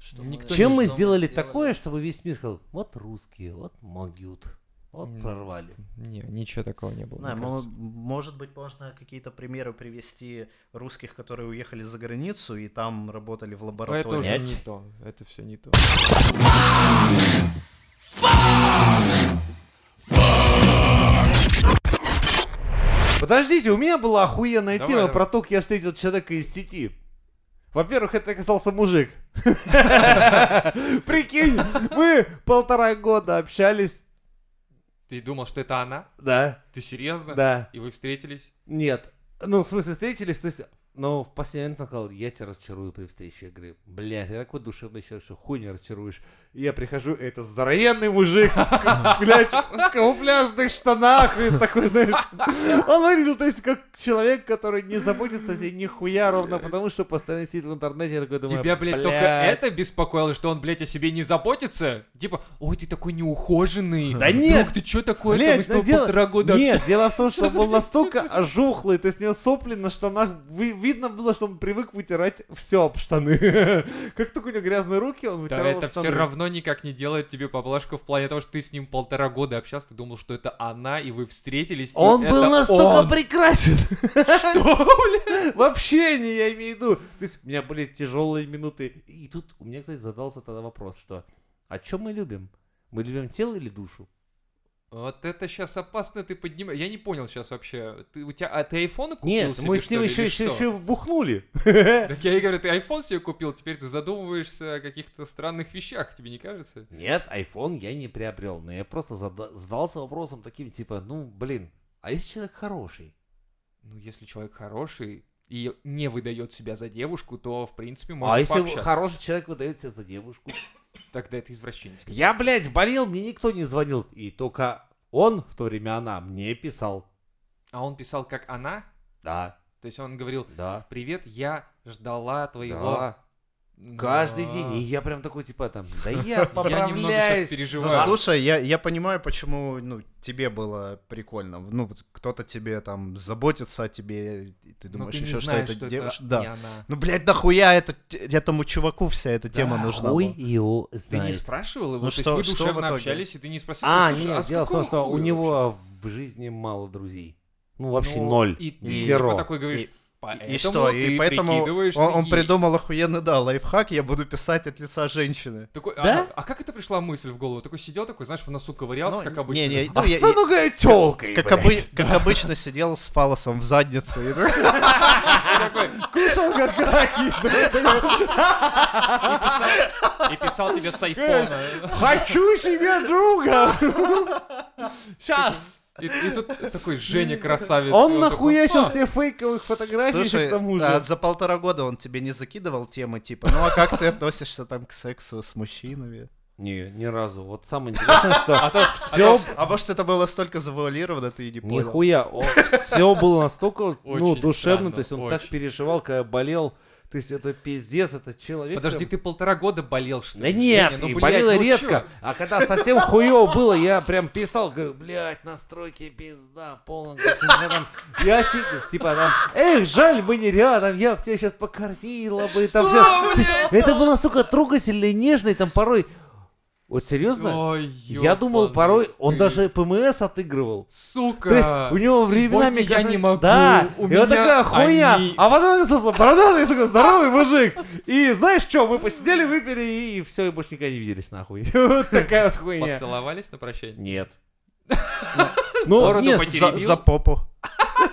C: Что
A: Никто
B: Чем мы
C: что
B: сделали
C: сделали?
B: такое, чтобы весь мир сказал, вот русские, вот могют, Вот
A: М.
B: прорвали.
A: Не, ничего такого не было.
C: Не знаю,
A: мне
C: мо-
A: кажется.
C: может быть, можно какие-то примеры привести русских, которые уехали за границу и там работали в
A: Но это
C: лаборатории.
A: уже
B: Нет.
A: не то. Это все не то.
B: Подождите, у меня была охуенная
A: Давай,
B: тема
A: давай.
B: про то, как я встретил человека из сети. Во-первых, это оказался
A: [LAUGHS]
B: мужик. Прикинь, мы полтора года общались.
A: Ты думал, что это она?
B: Да,
A: Ты серьезно?
B: да,
A: И вы встретились?
B: нет. Ну, в смысле, встретились, то есть... Но в последний момент он сказал, я тебя разочарую при встрече. Я говорю, блядь, я такой душевный человек, что хуй не разочаруешь. И я прихожу, и это здоровенный мужик, [LAUGHS] блядь, в камуфляжных штанах, и такой, знаешь, Он выглядел, то есть, как человек, который не заботится о себе нихуя ровно, потому что постоянно сидит в интернете, я такой думаю,
A: Тебя, блядь, только
B: «Блядь».
A: это беспокоило, что он, блядь, о себе не заботится? Типа, ой, ты такой неухоженный.
B: Да нет!
A: Друг, ты чё такое?
B: Блядь,
A: Мы с тобой
B: да дело-
A: полтора года
B: Нет, дело в том,
A: Что
B: что он
A: за
B: был настолько ожухлый, то есть у него сопли на штанах, вы- видно было, что он привык вытирать все об штаны. [LAUGHS] Как только у него грязные руки, он
A: Да
B: вытирал об
A: это все
B: штаны.
A: равно никак не делает тебе поблажку в плане того, что ты с ним полтора года общался, ты думал, что это она, и вы встретились. и
B: Он
A: это
B: был настолько
A: он.
B: прекрасен. [LAUGHS]
A: Что, блядь?
B: Вообще не я имею в виду. То есть у меня были тяжелые минуты. И тут у меня, кстати, задался тогда вопрос, что а чем мы любим? Мы любим тело или душу?
A: Вот это сейчас опасно ты поднимаешь. Я не понял сейчас вообще. Ты, у тебя, а ты айфон купил себе,
B: мы с
A: что
B: ним
A: ли,
B: еще,
A: или
B: еще,
A: что?
B: еще вбухнули.
A: Так я и говорю, ты iPhone себе купил, теперь ты задумываешься о каких-то странных вещах, тебе не кажется?
B: Нет, iPhone я не приобрел, но я просто зада- задался вопросом таким, типа, ну, блин, а если человек хороший?
A: Ну, если человек хороший и не выдает себя за девушку, то, в принципе,
B: а
A: можно
B: если
A: пообщаться.
B: хороший человек выдает себя за девушку?
A: Тогда это извращенец.
B: Я, блядь, болел, мне никто не звонил. И только он, в то время она, мне писал.
A: А он писал, как она?
B: Да,
A: То есть он говорил,
B: да,
A: привет, я ждала твоего...
B: да.
A: Ну,
B: Каждый
A: а.
B: день. И я прям такой, типа, там,
A: [LAUGHS]
B: да
A: Я
B: я
A: немного сейчас
B: поправляюсь.
C: Ну,
A: переживаю.
C: слушай, я, я понимаю, почему ну, тебе было прикольно. Ну, вот кто-то тебе там заботится о тебе, и ты
A: Но
C: думаешь
A: Ну, ты не
C: еще, что
A: знаешь,
C: это
A: что
C: девушка.
A: не
C: Да.
A: она.
C: Ну, блядь, нахуя это, этому чуваку вся эта тема нужна
B: Хуй
C: была?
B: его
A: Ты не
B: знает.
A: спрашивал его?
C: Ну
A: То есть
C: что-
A: вы
C: что в
A: душевно
C: итоге?
A: общались, и ты не спросил?
B: А,
A: «Слушай,
B: нет,
A: с
B: дело в том,
A: какого
B: что у
A: хуя вообще?»
B: него в жизни мало друзей. Ну, вообще
A: Ну,
B: ноль.
A: И ты
B: Зеро.
A: типа такой говоришь,
C: И-
A: поэтому
C: И что?
A: ты
C: И поэтому он,
A: прикидываешься
C: он
A: и-
C: придумал охуенный, да, лайфхак, я буду писать от лица женщины.
A: Такой, а-
B: Да?
A: А, как это пришла мысль в голову? Такой сидел такой, знаешь, в носу ковырялся,
C: Ну,
A: как обычно.
C: не- не,
B: А
C: ну, я- я-
B: стану-ка
A: [LAUGHS]
B: я тёлкой,
C: Как,
B: блядь. [LAUGHS]
C: обы- как обычно сидел с фалосом в заднице. и так-
A: И такой,
B: Кушал как
A: [LAUGHS]
B: раки.
A: и писал- и писал тебе с айфона.
B: [LAUGHS] Хочу себе друга. Сейчас.
A: И, и тут такой Женя красавец.
B: Он
A: такой,
B: нахуячил
A: «А,
B: тебе фейковых фотографий ещё
C: Слушай,
B: к тому
C: а
B: же.
C: за полтора года он тебе не закидывал темы, типа, ну а как ты относишься там к сексу с мужчинами?
B: Не, ни разу. Вот самое интересное,
A: А [LAUGHS]
B: что
A: то
B: все
C: А может это было столько завуалировано, ты и не понял.
B: Нихуя, все было настолько ну,
A: Очень
B: душевно,
A: странно,
B: то есть он
A: очень.
B: так переживал, когда болел, то есть это пиздец, это человек.
A: Подожди,
B: прям-
A: ты полтора года болел, что
B: Да
A: ли?
B: нет,
A: Женя? Ну,
B: и
A: блядь,
B: болела
A: ну
B: редко,
A: чё?
B: а когда совсем хуёво было, я прям писал, говорю, блядь, настройки пизда, полон. говна». Я там- Я ти- типа там, эх, жаль, мы не рядом, я бы тебя сейчас покормила бы. Там всё». [LAUGHS] То есть Это было, сука, трогательно и нежно, и там порой... Вот серьезно?
A: Ой,
B: я думал,
A: Ну, ёбаный
B: порой он
A: стыд.
B: даже ПМС отыгрывал.
A: Сука!
B: То есть у него временами...
A: Сегодня я
B: казалось-
A: не могу.
B: Да,
A: у
B: и
A: меня
B: вот такая хуйня.
A: они-
B: А потом это со- бородатый, сука, здоровый мужик. И знаешь что, мы посидели, выпили, и все, и больше никогда не виделись, нахуй. [LAUGHS] Вот такая вот хуйня.
A: Поцеловались на прощание?
B: Нет. Ну,
A: Бороду
B: нет,
A: потеребил?
C: За, за попу.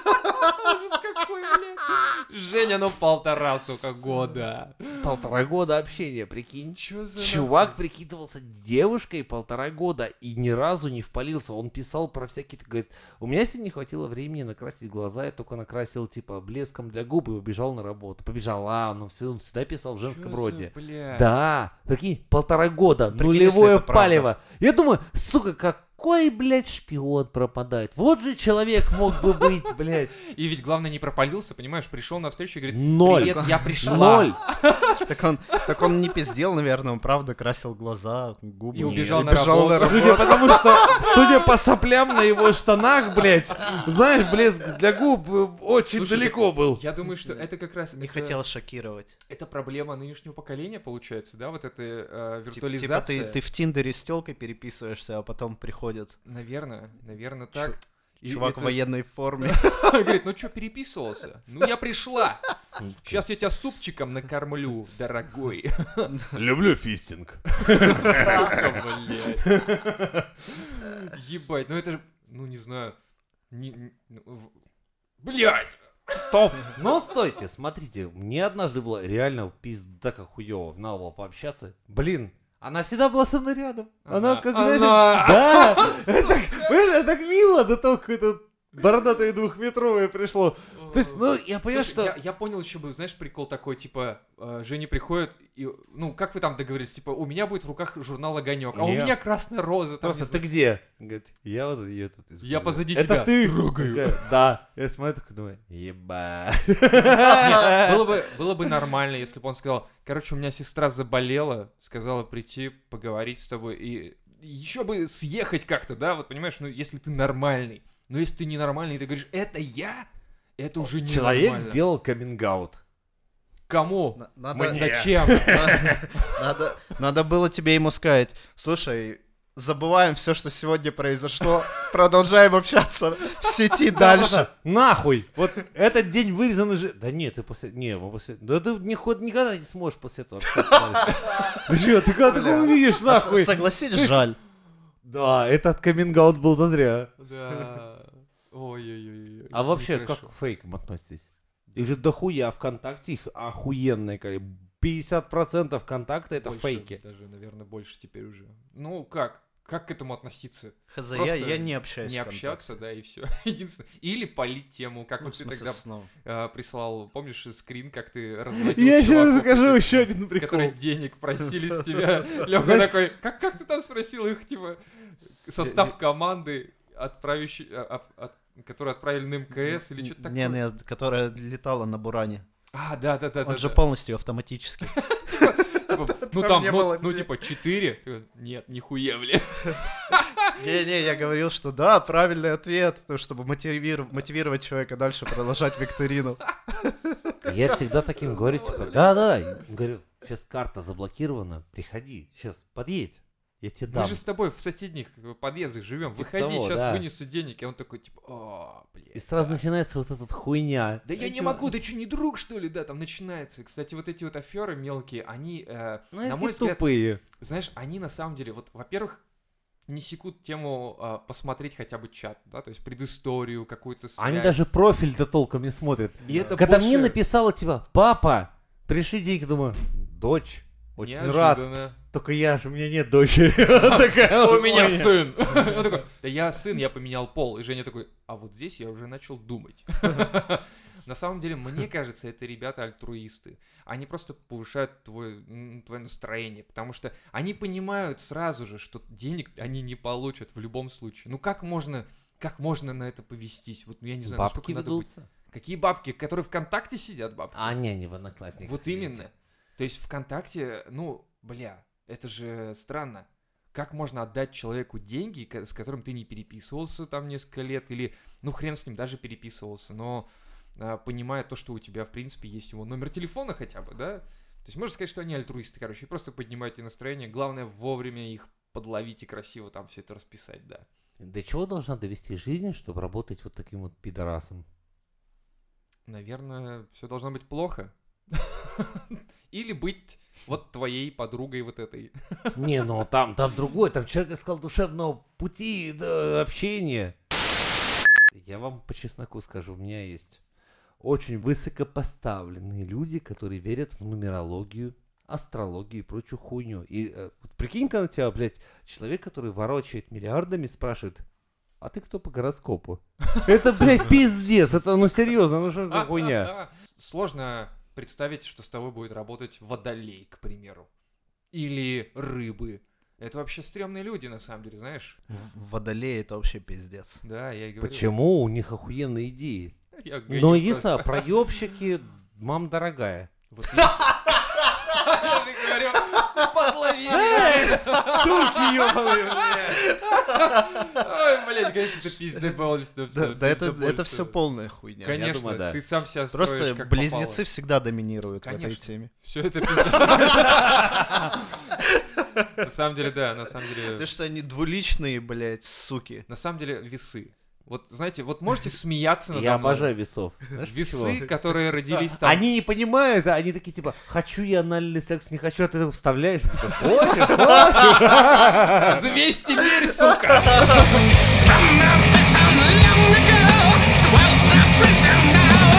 A: Ужас какой, блядь. Женя, ну полтора, сука, года.
B: полтора года общения, прикинь.
A: Чё за...
B: Чувак прикидывался девушкой полтора года и ни разу не впалился. Он писал про всякие... Говорит, у меня сегодня не хватило времени накрасить глаза, я только накрасил, типа, блеском для губ и убежал на работу. Побежал, а, он, всё- он всегда писал в
A: Чё
B: женском
A: за,
B: роде.
A: блядь?
B: Да, прикинь, полтора года,
C: Прикинь,
B: нулевое
C: если это правда.
B: палево. Я думаю, сука, какой, блядь, шпион пропадает. Вот же человек мог бы быть, блядь.
A: И ведь главное не пропалился, понимаешь, пришел на встречу и говорит,
B: Ноль.
A: привет, я пришла.
B: Ноль.
C: Так он, так он не пиздел, наверное, он правда красил глаза, губы.
A: И убежал
C: И
A: на
C: бежал
A: работу.
C: работу.
B: Судя [LAUGHS] потому что, судя по соплям на его штанах, блядь, знаешь, блеск для губ э, очень
A: Слушай,
B: далеко был.
A: Я думаю, что это как раз...
C: Не
A: это-
C: хотел шокировать.
A: Это проблема нынешнего поколения, получается, да? Вот эта э,
C: Типа-
A: виртуализация.
C: Типа ты, ты в Тиндере с телкой переписываешься, а потом происходит.
A: Наверное, наверное,
C: Чё-
A: так. И
C: Чувак в
A: это-
C: военной форме.
A: [LAUGHS] Говорит, ну что, переписывался? Ну я пришла. Сейчас я тебя супчиком накормлю, дорогой. [LAUGHS]
B: Люблю фистинг.
A: Сука, блядь. Ебать, ну это же, ну не знаю. не- не- ну, в- Блядь!
B: Стоп! Но стойте, смотрите, мне однажды было реально пизда как хуёво. Надо было пообщаться. Блин, она всегда была со мной рядом. Она,
A: Она-
B: как...
A: она-
B: [LAUGHS] Да! Это,
A: Сука.
B: понимаешь, это так мило, до того, как это бородатое двухметровое пришло. То есть, ну, я понял,
A: Слушай,
B: что...
A: я, я понял еще бы, знаешь, прикол такой, типа, э, Женя приходит, и, ну, как вы там договорились, типа, у меня будет в руках журнал «Огонек», а у
B: Не.
A: меня «Красная роза», там,
B: Просто
A: не
B: ты где? Он Говорит, я вот ее тут
A: Я позади
B: это
A: тебя.
B: ты?
A: Трогаю.
B: Такая, Да. Я смотрю, такой думаю, еба. [LAUGHS]
A: Нет, было бы, было бы нормально, если бы он сказал, короче, у меня сестра заболела, сказала прийти поговорить с тобой и еще бы съехать как-то, да, вот понимаешь, ну если ты нормальный, но если ты ненормальный, и ты говоришь, это я, это уже не
B: Человек сделал каминг-аут.
A: Кому?
C: На- Надо...
B: Мне. [LAUGHS]
A: Зачем?
C: Надо, [LAUGHS] надо- надо было тебе ему сказать, слушай, забываем все, что сегодня произошло, продолжаем общаться в сети дальше.
B: Просто Нахуй! Вот этот день вырезан уже. Да нет, ты после. Не, мы после. Да ты ни ход никогда не сможешь после этого. общаться [LAUGHS] дальше. Да чё, ты когда такое
C: Бля.
B: увидишь,
C: А с-
B: нахуй?
C: Согласись, жаль.
B: Да, этот каминг-аут был зазря.
A: Да. Ой-ой-ой.
B: А вообще, как
A: нехорошо.
B: к фейкам относитесь? Их же дохуя ВКонтакте, их охуенное количество. 50% контакта это
A: Больше,
B: фейки.
A: Даже, наверное, больше теперь уже. Ну как? Как к этому относиться?
C: Хз,
A: Просто
C: я, я не общаюсь.
A: Не общаться, да, и все. [LAUGHS] Единственное. Или полить тему,
C: Ну,
A: как вот ты тогда э, прислал, помнишь, скрин, как ты разводил
B: Я сейчас
A: чуваков,
B: расскажу
A: таких,
B: еще один прикол.
A: Которые денег просили с тебя.
C: [LAUGHS]
A: Лёха
B: Знаешь-
A: такой, как, как ты там спросил их, типа,
C: Э,
A: состав команды, отправящий, а, а, от- который отправили на МКС или что-то такое?
C: Не, не, которая летала на Буране.
A: А, да-да-да.
C: Он [LAUGHS] же
A: [LAUGHS]
C: полностью автоматически.
A: Ну
C: там
A: там,
C: не
A: ну,
C: было
A: ну
C: где.
A: типа, 4? Нет, нихуя, бля.
C: [LAUGHS] Не-не, я говорил, что да, правильный ответ, ну, чтобы мотивиров- мотивировать человека дальше продолжать викторину.
B: Я всегда таким говорю, типа, да-да, говорю, сейчас карта заблокирована, приходи, сейчас подъедь, я тебе
A: Мы
B: дам.
A: же с тобой в соседних э, подъездах живем.
B: Типа
A: Выходи,
B: того,
A: сейчас
B: да.
A: вынесу денег. И он такой, типа, о, блядь.
B: И сразу начинается вот эта хуйня.
A: Да я не могу, ты что, не друг, что ли? Да, там начинается. Кстати, вот эти вот аферы мелкие, они, э,
B: Ну,
A: на
B: это
A: мой взгляд,
B: тупые.
A: знаешь, они на самом деле, вот, во-первых, не секут тему а, посмотреть хотя бы чат, да, то есть предысторию какую-то связь.
B: Они даже профиль-то толком не смотрят.
A: И
C: [LAUGHS]
A: это
B: Когда мне
A: больше
B: написала, типа, папа, пришли деньги, думаю, дочь, очень рад.
A: неожиданно.
B: Только я же, у меня нет дочери. [LAUGHS] Такая
A: [LAUGHS]
B: вот
A: У меня
B: хуйня.
A: сын. Он такой, да я сын, я поменял пол. И Женя такой, а вот здесь я уже начал думать. [LAUGHS] На самом деле, мне кажется, это ребята альтруисты. Они просто повышают твой, м, твое настроение, потому что они понимают сразу же, что денег они не получат в любом случае. Ну как можно, как можно на это повестись? Вот ну, я не знаю,
B: Бабки
A: насколько надо быть.
B: ведутся.
A: Какие бабки, которые ВКонтакте сидят, бабки?
B: А, не, не в одноклассниках.
A: Вот
B: извините.
A: именно. То есть ВКонтакте, ну, бля, это же странно. Как можно отдать человеку деньги, ко- с которым ты не переписывался там несколько лет, или, ну, хрен с ним, даже переписывался, но а, понимая то, что у тебя, в принципе, есть его номер телефона хотя бы, да? То есть можно сказать, что они альтруисты, короче, и просто поднимайте настроение. Главное, вовремя их подловить и красиво там все это расписать, да.
B: До чего должна довести жизнь, чтобы работать вот таким вот пидорасом?
A: Наверное, все должно быть плохо. [LAUGHS] Или быть вот твоей подругой вот этой.
B: Не, ну там, там другой, там человек искал душевного пути да, общения. Я вам по чесноку скажу, у меня есть очень высокопоставленные люди, которые верят в нумерологию, астрологию и прочую хуйню. И э, вот прикинь-ка на тебя, блядь, человек, который ворочает миллиардами, спрашивает, а ты кто по гороскопу? Это, блядь, пиздец, это, ну серьезно, ну что за хуйня?
A: Сложно представить, что с тобой будет работать водолей, к примеру. Или рыбы. Это вообще стрёмные люди, на самом деле, знаешь?
C: Водолей это вообще пиздец.
A: Да, я и говорю.
B: Почему у них охуенные идеи?
A: Я
C: Ну,
A: гоню
B: Но единственное,
A: просто.
B: проебщики, мам дорогая.
A: Вот видишь? Я же говорю, подловили.
B: Суки ёбаные, блядь.
A: Ой, блядь, конечно, это пиздобольство.
C: Да,
A: всё,
C: да это, это
A: пиздобольство.
C: все полная хуйня.
A: Конечно,
B: думаю, да.
A: ты сам себя строишь,
C: Просто
A: как
C: близнецы всегда доминируют в этой
A: Конечно.
C: теме.
A: Все это пиздобольство. [LAUGHS] На самом деле, да, на самом деле...
C: Ты что, они двуличные, блядь, суки?
A: На самом деле, весы. Вот, знаете, вот
B: [LAUGHS]
A: можете смеяться надо
B: Я
A: мной.
B: обожаю весов. Знаешь,
A: Ну, Весы,
B: почему?
A: которые
B: [LAUGHS]
A: родились там...
B: Они не понимают, а они такие типа, хочу я анальный секс, не хочу, а ты вставляешь, типа, хочешь, хочешь.
A: Взвесь теперь, сука!
D: From the this I'm long ago, so I'll stop now.